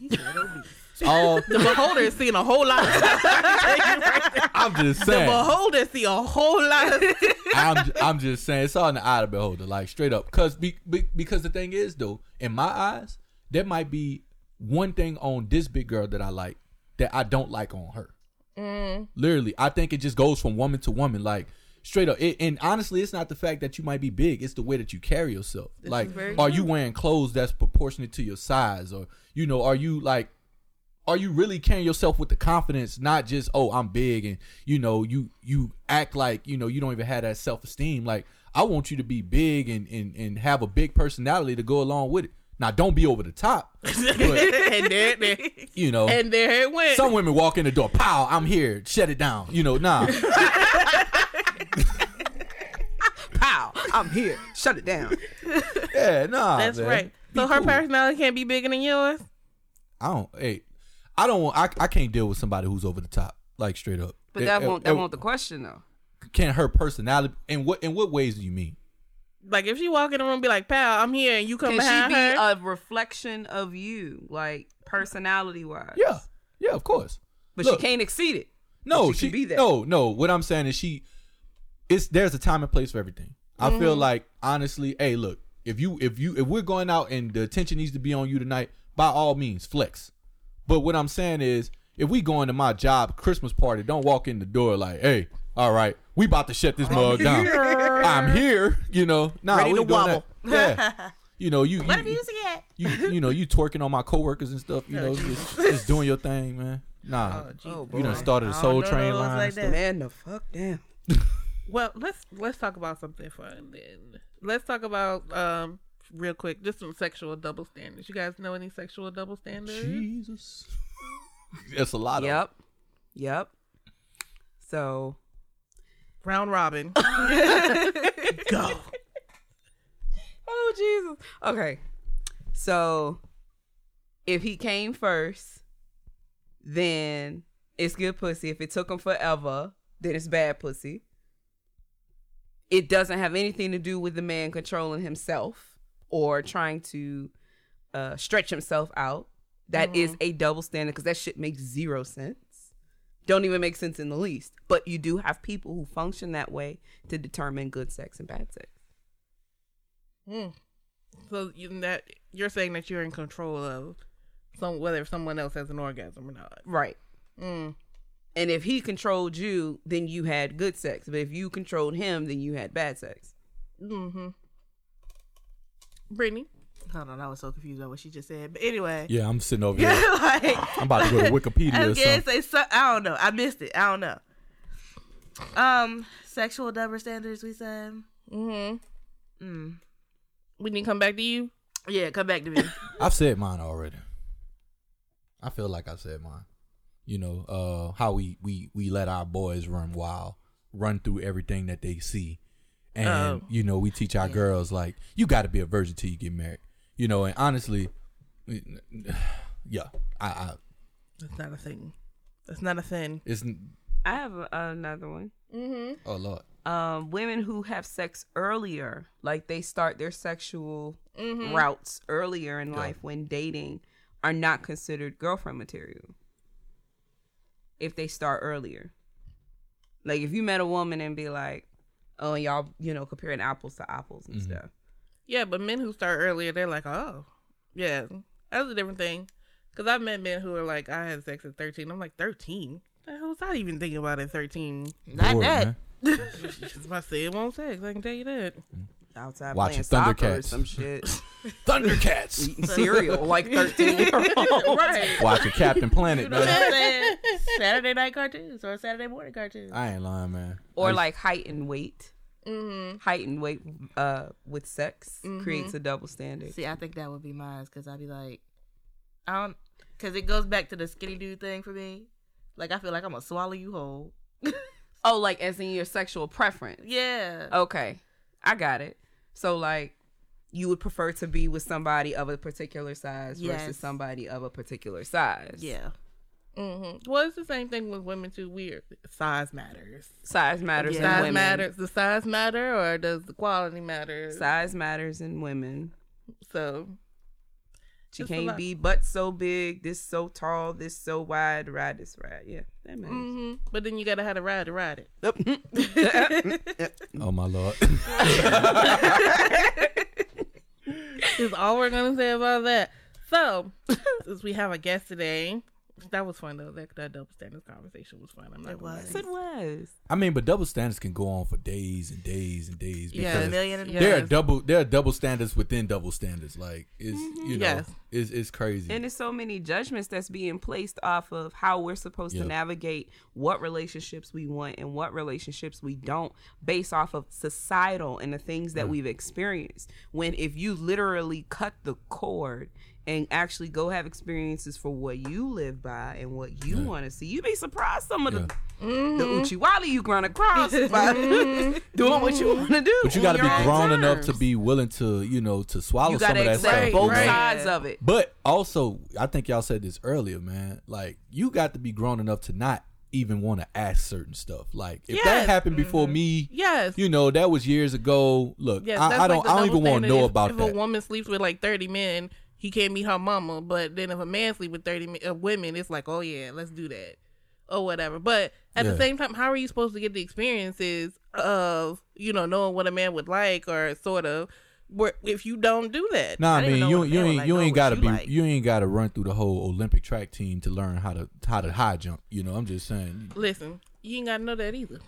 C: It's all
B: The beholder seen a whole lot. Of
C: I'm just
B: The
C: saying.
B: beholder see a whole lot. Of
C: I'm I'm just saying it's all in the eye of the beholder, like straight up. Cause be, be, because the thing is though, in my eyes, there might be one thing on this big girl that I like that I don't like on her. Literally, I think it just goes from woman to woman, like straight up. It, and honestly, it's not the fact that you might be big; it's the way that you carry yourself. like, are you wearing clothes that's proportionate to your size, or you know, are you like, are you really carrying yourself with the confidence, not just oh, I'm big, and you know, you you act like you know you don't even have that self esteem. Like, I want you to be big and and and have a big personality to go along with it. Now, don't be over the top, but
B: and there, there,
C: you know,
B: and there it went.
C: some women walk in the door, pow, I'm here, shut it down. You know, nah.
E: Pow! I'm here. Shut it down.
C: Yeah, nah.
B: That's
C: man.
B: right.
C: Be
B: so her
C: cool.
B: personality can't be bigger than yours.
C: I don't hey. I don't want I, I can't deal with somebody who's over the top, like straight up.
E: But
C: It-
E: that
C: it-
E: won't that
C: it-
E: won't the question though.
C: can her personality in what in what ways do you mean?
B: Like if she walk in the room, be like, "Pal, I'm here," and you come
E: Can
B: behind
E: she be
B: her.
E: a reflection of you, like personality wise?
C: Yeah. Yeah, of course.
E: But
C: Look.
E: she can't exceed it.
C: No,
E: She
C: she,
E: can be that.
C: No, no. What I'm saying is she it's there's a time and place for everything. I feel
B: Mm-hmm.
C: like honestly, hey, look, if you if you if we're going out and the attention needs to be on you tonight, by all means, flex. But what I'm saying is if we going to my job Christmas party, don't walk in the door like, hey, all right, we about to shut this mug down. I'm here, you know. Nah,
B: Ready
C: we
B: to
C: ain't doing
B: wobble.
C: that. Yeah. You know, you
F: What
C: you,
F: music at?
C: you you know, you twerking on my coworkers and stuff, you know, just, just doing your thing, man. Nah. you done started a
F: Oh, I don't
C: soul
F: know
C: train
F: those
C: line.
F: like
C: and stuff.
F: that.
E: Man, the fuck damn.
B: Well, let's let's talk about something fun then. Let's talk about um real quick just some sexual double standards. You guys know any sexual double standards?
C: Jesus. That's a lot of
E: Yep. Yep. So
B: Round robin. Go.
E: Oh Jesus. Okay. So if he came first, then it's good pussy. If it took him forever, then it's bad pussy. It doesn't have anything to do with the man controlling himself or trying to uh, stretch himself out. That is a double standard because that shit makes zero sense. Don't even make sense in the least. But you do have people who function that way to determine good sex and bad sex.
B: So you, that you're saying that you're in control of some whether someone else has an orgasm or not.
E: Right.
B: Mm.
E: And if he controlled you, then you had good sex. But if you controlled him, then you had bad sex.
B: Mm-hmm. Brittany.
F: Hold on, I was so confused by what she just said. But anyway.
C: Yeah, I'm sitting over here.
F: like,
C: I'm about to go to Wikipedia
F: I
C: or
F: was gonna
C: something.
F: say so, I don't know. I missed it. I don't know. Um, sexual double standards. We said.
B: Mm-hmm.
F: Mm.
B: We need to come back to you.
F: Yeah, come back to me.
C: I've said mine already. I feel like I've said mine. You know, uh how we we we let our boys run wild, run through everything that they see. And
B: Oh.
C: you know, we teach our girls like you got to be a virgin till you get married. You know, and honestly, yeah, I, I
B: That's not a thing. That's not a thing.
C: it's
E: I have a- another one.
C: oh lord.
E: Um, women who have sex earlier, like they start their sexual routes earlier in life when dating, are not considered girlfriend material. If they start earlier, Like if you met a woman and be like, oh, y'all, you know, comparing apples to apples and stuff.
B: Yeah, but men who start earlier, they're like, oh, yeah, that's a different thing. Because I've met men who are like, I had sex at 13. I'm like, 13? The hell was I even thinking about at 13?
F: Not
C: Lord,
F: that.
C: man.
B: It's my say it won't sex. I can tell you that.
E: Outside
C: Watch
E: playing
C: it,
E: soccer or
C: Thundercats.
E: some shit.
C: Thundercats.
E: Eating cereal like 13 year old.
B: Right.
C: Watching Captain Planet,
F: You know what
C: man.
F: I'm saying? Saturday night cartoons or Saturday morning cartoons.
C: I ain't lying, man.
E: Or
C: I-
E: like height and weight.
F: Mm-hmm.
E: Height and weight uh, with sex creates a double standard.
F: See, I think that would be mine because I'd be like, I don't, because it goes back to the skinny dude thing for me. Like, I feel like I'm gonna swallow you whole.
E: Oh, like as in your sexual preference.
F: Yeah.
E: Okay, I got it. So like, you would prefer to be with somebody of a particular size
F: Yes.
E: versus somebody of a particular size.
F: Yeah.
B: hmm Well, it's the same thing with women, too. Weird. Size matters.
E: size matters in
B: Size
E: women.
B: matters. Does size matter or does the quality matter?
E: Size matters in women.
B: So,
E: She
B: It's a
E: can't
B: lot.
E: be butt so big, this so tall, this so wide, ride this ride. Yeah, that matters.
B: hmm but then you got to have a ride to ride it.
C: Oh my lord.
B: is all we're gonna say about that. So, since we have a guest today, that was fun though. That, that double standards conversation was fun. I'm not
F: It
B: gonna lie.
F: was.
E: Yes, it was.
C: I mean, but double standards can go on for days and days and days
B: Yes.
C: because
F: A million and
B: Yes.
C: there are double there are double standards within double standards. Like it's you know
B: Yes.
C: it's it's crazy.
E: And there's so many judgments that's being placed off of how we're supposed
C: Yeah.
E: to navigate what relationships we want and what relationships we don't based off of societal and the things that we've experienced. When if you literally cut the cord and actually go have experiences for what you live by and what you want to see, you'd be surprised some of the, the uchiwali you run across by doing what you want to do.
C: but you got to
B: your
C: be
B: own
C: grown enough to
B: terms.
C: be willing to you know to swallow
E: You
C: some
E: gotta
C: of that
E: accept
C: stuff.
E: both
C: man.
E: sides of it.
C: But also, I think y'all said this earlier, man. Like you got to be grown enough to not even want to ask certain stuff. Like if
B: Yes.
C: that happened before me,
B: Yes.
C: you know that was years ago. Look,
B: Yes,
C: I, I don't,
B: the
C: I don't
B: double
C: even want
B: standard.
C: to know
B: If-
C: about
B: if
C: that.
B: a woman sleeps with like 30 men, he can't meet her mama. But then if a man sleeps with 30 mi- uh, women, it's like, oh yeah, let's do that, or whatever. But at the
C: Yeah.
B: same time, how are you supposed to get the experiences of you know knowing what a man would like or sort of, where, if you don't do that?
C: No, nah,
F: I
C: I
F: didn't even
C: mean
F: know
C: you
F: what
C: you
F: they were
C: ain't
F: like,
C: you
F: know
C: ain't
F: what
C: gotta
F: you
C: be
F: like.
C: you ain't gotta run through the whole Olympic track team to learn how to how to high jump. You know, I'm just saying.
B: Listen, you ain't got to know that either.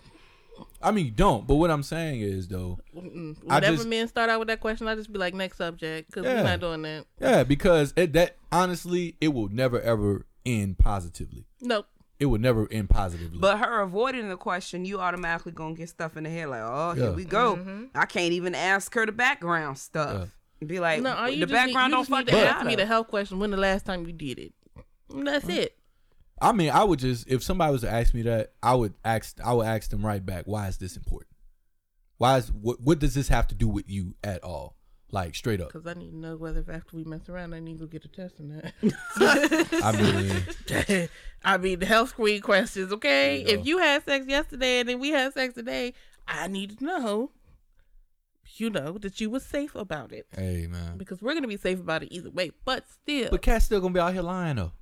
C: I mean, you don't. But what I'm saying is though,
B: Mm-mm.
C: I
B: Whenever
C: just-
B: men start out with that question, I just be like, next subject, because
C: Yeah.
B: we're not doing that.
C: yeah, because it, that honestly, it will never ever end positively.
B: Nope.
C: It will never end positively.
E: But her avoiding the question, you automatically gonna get stuff in the head like, oh,
C: Yeah.
E: here we go.
B: Mm-hmm.
E: I can't even ask her the background stuff. Be like,
B: No, all you
E: the
B: just
E: background
B: need, you
E: don't
B: just need
E: fucking
B: to ask me the
E: matter.
B: health question. When the last time you did it? And that's it.
C: I mean, I would just if somebody was to ask me that, I would ask I would ask them right back, why is this important? Why is what what does this have to do with you at all? Like straight up.
B: Because I need to know whether if after we mess around, I need to go get a test on
C: I mean,
B: that. I mean, the health screen questions, okay?
C: There you
B: if you had sex yesterday and then we had sex today, I need to know, you know, that you were safe about it.
C: hey man.
B: Because we're going to be safe about it either way. But still,
C: But cats still gonna be out here lying though.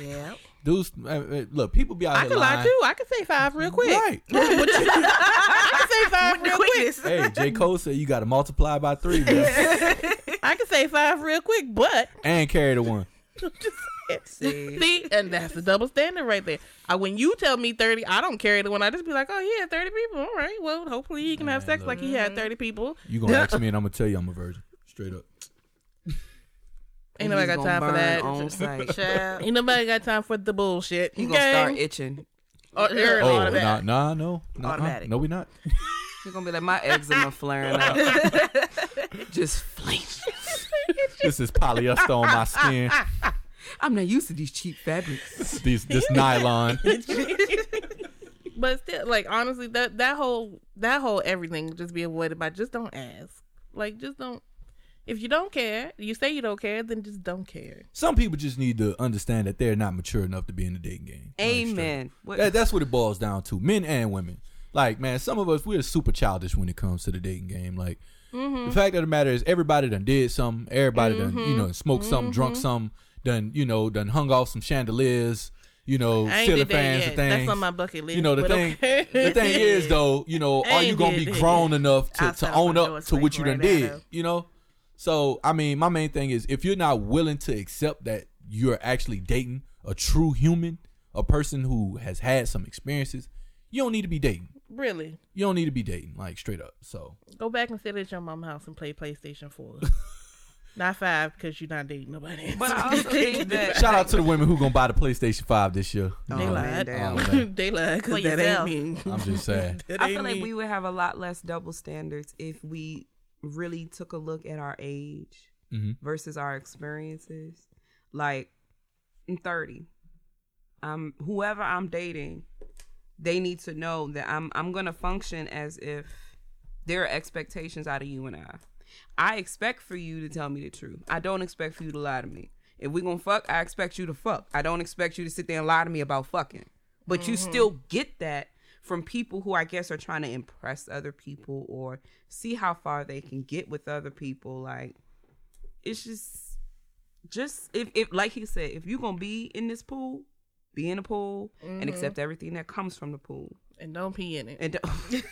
F: Yeah.
C: Dudes, uh, uh, look, people be out
B: I
C: here
B: could
C: lying.
B: lie too. I could say five real quick.
C: Right. right. But you-
B: I could say five real quick.
C: hey, J. Cole said you got to multiply by three man,
B: I can say five real quick, but
C: and carry the one.
E: See?
B: see, and that's the double standard right there. I, when you tell me thirty, I don't carry the one. I just be like, oh yeah, thirty people. All right, well, hopefully he can have sex like he had thirty people.
C: You gonna ask me, and I'm gonna tell you I'm a virgin, straight up.
B: Ain't
E: He's
B: nobody got
E: gonna
B: time for
E: burn
B: that.
E: On site.
F: Child.
B: Ain't nobody got time for the bullshit.
E: You gonna start itching.
B: start
F: Oh,
C: Oh,
F: automatic.
C: nah, nah, no, nah,
F: Automatic.
C: no, we not.
E: You're gonna be like, my eczema flaring up. Just flame.
C: This is polyester on my skin.
E: I'm not used to these cheap fabrics.
C: These, this nylon.
B: But still, like honestly, that that whole that whole everything just be avoided by just don't ask. Like just don't. If you don't care, you say you don't care, then just don't care.
C: Some people just need to understand that they're not mature enough to be in the dating game. Like, straight
E: Amen.
C: up.
E: What,
C: That, that's what it boils down to, men and women. Like, man, some of us we're super childish when it comes to the dating game. Like,
B: Mm-hmm.
C: the fact of the matter is, everybody done did something.
B: Mm-hmm.
C: Everybody done, you know, smoked something, drunk something, done, you know, done hung off some chandeliers. you know,
B: I ain't
C: stealing
B: did that
C: fans
B: yet.
C: and things.
B: That's on my bucket list.
C: you know the
B: but
C: thing.
B: okay.
C: The thing is though, you know, are you
B: ain't
C: gonna
B: did
C: be
B: that
C: grown enough to,
F: Outside
C: to
F: my
C: own
F: door
C: up
F: is
C: to what you done
F: breaking right now,
C: did?
F: though.
C: You know. So I mean, my main thing is if you're not willing to accept that you're actually dating a true human, a person who has had some experiences, you don't need to be dating.
B: really
C: You don't need to be dating, like straight up. So
B: go back and sit at your mom's house and play PlayStation Four, not five because you're not dating nobody.
E: But I also think that
C: shout out to the women who gonna buy the PlayStation Five this year.
B: they lied.
C: damn. Oh, man.
B: they lied
F: For
B: because that
F: yourself.
B: ain't me.
C: I'm just saying.
B: That
E: I
B: ain't
E: feel like
B: me.
E: we would have a lot less double standards if we really took a look at our age
B: Mm-hmm.
C: Mhm.
E: versus our experiences. Like, I'm 30. Um, whoever I'm dating, they need to know that I'm I'm gonna function as if there are expectations out of you and I. I expect for you to tell me the truth. I don't expect for you to lie to me. If we gonna fuck, I expect you to fuck. I don't expect you to sit there and lie to me about fucking. But you
F: Mm-hmm.
E: still get that from people who I guess are trying to impress other people or see how far they can get with other people. Like it's just just if, if like he said, if you gonna be in this pool, be in the pool
F: Mm-hmm.
E: and accept everything that comes from the pool.
B: and don't pee in it.
E: And don't-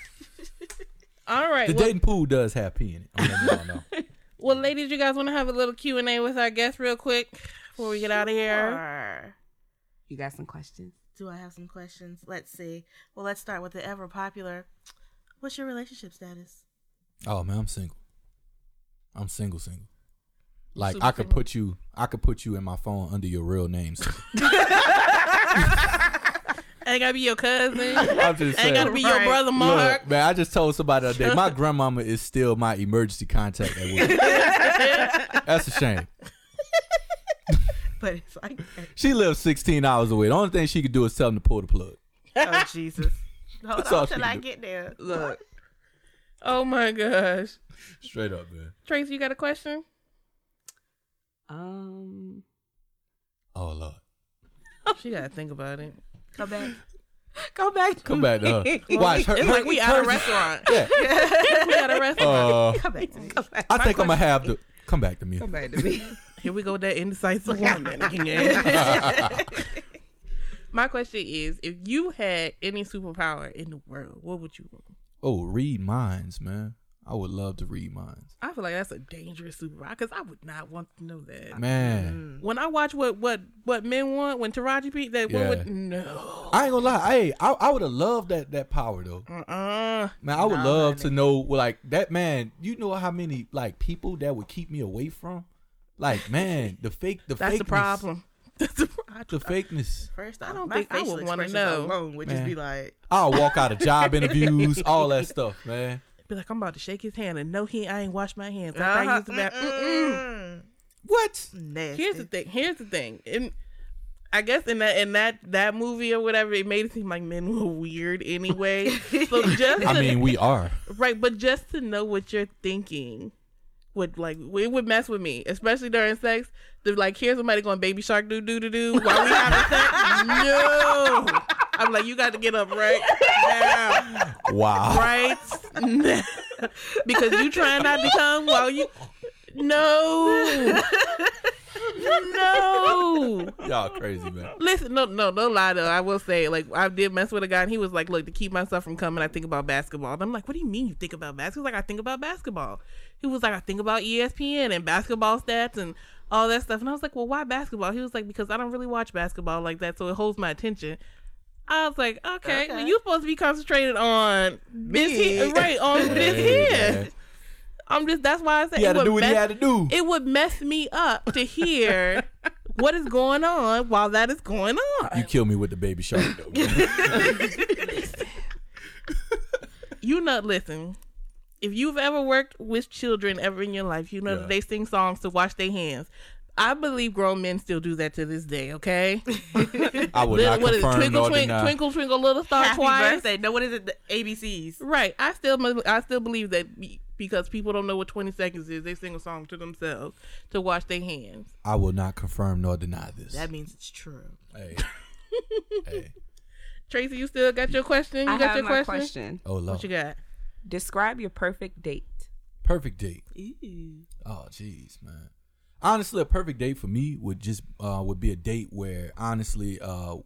B: All right.
C: The
B: well,
C: dating pool does have pee in it. I don't know, I don't know.
B: well, ladies, you guys want to have a little Q and A with our guest real quick before we get out of here.
F: Or
E: you got some questions?
F: do I have some questions? Let's see. Well, let's start with the ever popular. What's your relationship status?
C: Oh man, I'm single. I'm single, single. Like
B: Super
C: I could
B: single.
C: put you, I could put you in my phone under your real name. so-
B: I ain't gotta be your cousin.
C: I'm just
B: I ain't gotta be your
F: Right.
B: brother, Mark.
C: Look, man, I just told somebody the other day, my grandmama is still my emergency contact. At work. That's a shame.
F: But it's like, that.
C: She lives 16 hours away. The only thing she could do is tell him to pull the plug.
F: oh Jesus! Hold
C: That's all
F: on,
C: she
F: till
C: can
F: I
C: do.
F: get there.
E: Look,
B: Oh my gosh,
C: Straight up, man.
B: Tracy, you got a question?
E: um,
C: Oh lord,
B: She gotta think about it.
F: Come back.
E: go back. to
C: come back to her.
E: me.
C: Watch her.
B: It's
C: her-
B: like we at a
C: hers-
B: restaurant.
C: Yeah.
B: we at a restaurant.
C: Uh,
F: Come back to me.
C: I think I'm gonna have to come back to me.
E: Come back to me.
B: Here we go, with that indecisive woman again. My question is: If you had any superpower in the world, what would you want?
C: Oh, read minds, man. I would love to read minds,
B: I feel like that's a dangerous superpower because I would not want to know that.
C: man.
B: When I watch what what what men want, when Taraji P, that what
C: Yeah.
B: would no,
C: I ain't gonna lie. Hey, I, I would have loved that that power though.
B: uh,
C: Man, I would love to know well, like that man. You know how many like people that would keep me away from? Like man, the fake the
B: that's
C: fakeness,
B: the problem. That's the problem.
C: The fakeness.
F: First off,
B: don't
F: my
B: think I
F: facial
B: would wanna
F: expressions
B: know.
F: alone would
C: Man.
F: just be like,
C: I'll walk out of job interviews, all that stuff, man.
B: Be like, I'm about to shake his hand and no, he I ain't washed my hands. After I used the bath- Uh-huh. Mm-mm.
C: What?
F: nasty.
B: Here's the thing. Here's the thing. And I guess in that in that that movie or whatever, it made it seem like men were weird anyway. so just
C: I
B: to-
C: mean, we are.
B: right, but just to know what you're thinking would like it would mess with me, especially during sex. To like hear somebody going baby shark doo doo doo doo while we having sex. No, I'm like you got to get up right now
C: Wow.
B: right now. because you trying not to come while you no no
C: Y'all crazy, man.
B: listen no no no lie though i will say like i did mess with a guy and he was like look to keep myself from coming i think about basketball and i'm like what do you mean you think about basketball He was like i think about basketball he was like i think about E espn and basketball stats and all that stuff and i was like well why basketball he was like because i don't really watch basketball like that so it holds my attention I was like, okay, well, you supposed to be concentrated on this here, right? On this
C: Hey,
B: here.
C: man.
B: I'm just that's why I said
C: He had
B: it
C: to do
B: would
C: what he
B: mess-
C: had to do.
B: it would mess me up to hear what is going on while that is going
C: You
B: on.
C: kill me with the baby shark, though. man.
B: You know, listen. If you've ever worked with children ever in your life, you know
C: Yeah.
B: that they sing songs to wash their hands. I believe grown men still do that to this day. Okay,
C: I would
B: Little-
C: not
B: what is it,
C: confirm
B: twinkle,
C: nor
B: twink-
C: deny.
B: twinkle, twinkle, little star
F: Happy
B: twice.
F: birthday. No, what is it? The ABCs.
B: Right. I still mu- I still believe that be- because people don't know what 20 seconds is, they sing a song to themselves to wash their hands.
C: I will not confirm nor deny this.
F: That means it's true.
C: Hey. hey.
B: Tracy, you still got your question? You
E: I
B: got
E: have
B: your
E: my
B: question?
E: question.
C: Oh,
B: What
C: love.
B: you got?
E: Describe your perfect date.
C: Perfect date.
F: Ooh.
C: Oh, jeez, man. Honestly, a perfect date for me would just uh, would be a date where honestly uh,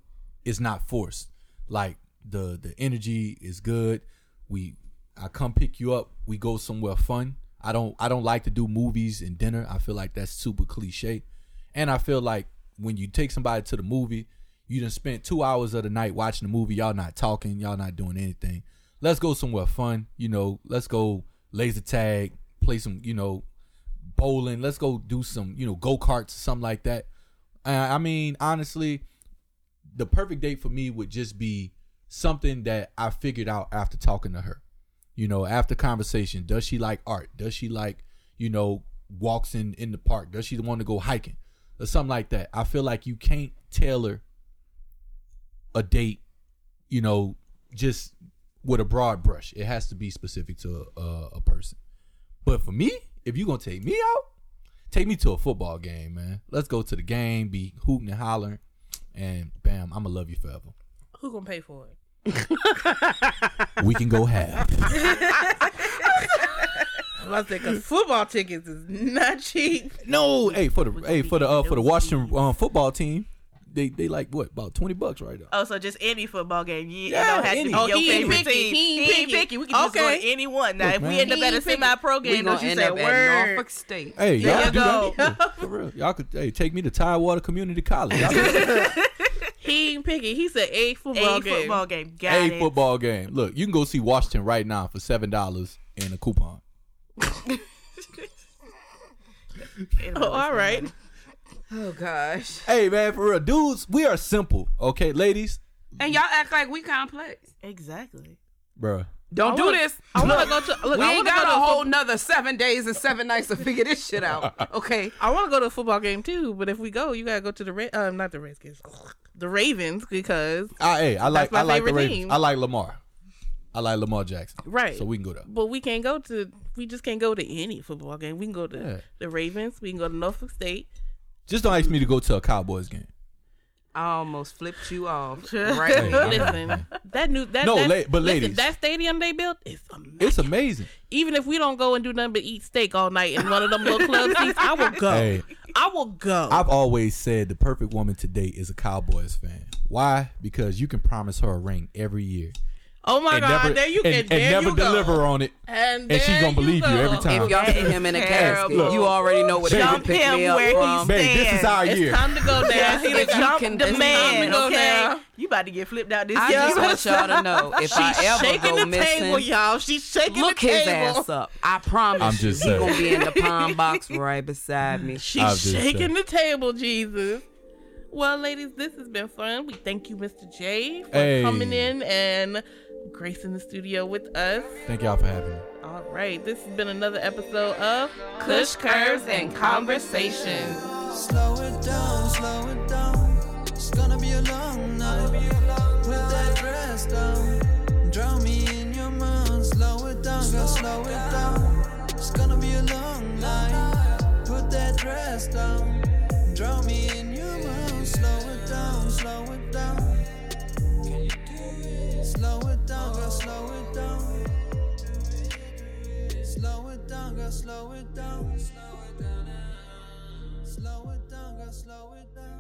C: it's not forced. Like the the energy is good. We I come pick you up. We go somewhere fun. I don't I don't like to do movies and dinner. I feel like that's super cliche. And I feel like when you take somebody to the movie, you done spent two hours of the night watching the movie. Y'all not talking. Y'all not doing anything. Let's go somewhere fun. You know, let's go laser tag, play some, you know, bowling. Let's go do some, you know, go karts, something like that. Uh, I mean, honestly, the perfect date for me would just be something that I figured out after talking to her. You know, after conversation, does she like art? Does she like, you know, walks in in the park? Does she want to go hiking or something like that? I feel like you can't tailor a date, you know, just with a broad brush. It has to be specific to a, a, a person. But for me, if you gonna take me out, take me to a football game, man. Let's go to the game, be hooting and hollering, and bam, I'ma love you forever.
B: Who gonna pay for it?
C: We can go half.
B: I'm about to say, cause football tickets is not cheap.
C: no, hey for the hey for the uh, for the Washington um, football team, they they like what about twenty bucks right now?
F: Oh, so just any football game. You
C: Yeah,
F: yeah, don't have
C: any.
F: to be
C: Oh,
F: your
B: he ain't
F: favorite
B: picky.
F: team.
B: He ain't picky.
F: We can just
B: Okay.
F: go to any one. Now,
C: Look,
F: if
C: man.
F: we end up
B: He
F: at a
B: ain't picky.
F: semi-pro
E: We
F: game,
E: gonna
F: don't you
E: end
F: say
E: up at
F: word.
E: Norfolk State.
C: Hey,
F: There
C: y'all
F: you
C: do
F: go.
C: that Yeah, for real. Y'all could hey take me to Tidewater Community College. Y'all could-
B: He ain't picky. He said a football
F: A
B: game.
F: football game. Got
C: a
F: it.
C: football game. Look, you can go see Washington right now for seven dollars and a coupon.
B: Oh,
F: It'll always
B: all
F: be
B: right.
F: money.
E: Oh gosh.
C: Hey man, for real, dudes, we are simple. Okay, ladies,
E: And y'all act like we complex.
F: Exactly.
C: bruh.
E: Don't
B: I
E: do
B: wanna-
E: this.
B: I wanna go to look.
E: we
B: I
E: ain't
B: wanna go
E: got a
B: to a
E: whole
B: foot-
E: nother seven days and seven nights to figure this shit out. Okay.
B: I want to go to a football game too, but if we go, you gotta go to the Ra- um, not the Redskins, the Ravens because
C: I hey, I like
B: my
C: I like the
B: favorite
C: Ravens.
B: team.
C: I like Lamar. I like Lamar Jackson.
B: Right.
C: So we can go there.
B: But we can't go to. We just can't go to any football game. We can go to
C: Yeah.
B: the Ravens. We can go to Norfolk State.
C: Just don't ask me to go to a Cowboys game.
E: I almost flipped you off.
C: Hey,
E: Right.
C: I-
B: Listen, that new that
C: No,
B: that,
C: la- but
B: listen,
C: ladies.
B: that stadium they built is amazing.
C: It's amazing.
B: Even if we don't go and do nothing but eat steak all night in one of them little club seats, I will go.
C: Hey.
B: I will go.
C: I've always said the perfect woman to date is a Cowboys fan. Why? Because you can promise her a ring every year
B: oh my god, there you can,
C: and, and
B: there
C: never
B: you go.
C: deliver on it.
B: and
C: and she
B: there
C: gonna
B: you
C: believe you
B: go.
C: every time.
E: If y'all hit him in a
F: Terrible.
E: casket, you already know what
C: Look,
E: you
F: Jump
E: pick
F: him
E: me up
F: where he's
E: from.
C: Babe, this is our
F: standing.
B: It's
C: year.
B: time to go down.
F: Yes,
B: He
E: if
B: done
E: you
B: jumped
E: can-
F: the
E: it's
F: man,
B: time to go
F: okay?
B: down.
F: You about to get flipped out this
E: I
F: year.
E: just want y'all to know if I ever
B: shaking
E: go
B: the
E: missing,
B: table, y'all. She's shaking
E: look
B: the
E: his
B: table.
E: ass up. I promise
C: I'm
E: you,
C: just
E: he
C: saying.
E: gonna be in the pine box right beside me.
C: I've
B: She's
C: just
B: shaking the table, Jesus. Well, ladies, this has been fun. We thank you, Mr. J, for
C: Hey.
B: coming in and gracing the studio with us.
C: Thank y'all for having me.
B: All right, this has been another episode of
E: Cush Curves and Conversations.
H: Slow it down, slow it down. It's gonna be a long night. Put that dress down. Drown me in your mind. Slow it down, girl, slow it down. It's gonna be a long night. Put that dress down. Drown me in your mind. Slow it down, slow it down. Can you do it? Slow it down, girl, slow it down. Slow it down, girl, slow it down. Slow it down, girl, slow it down.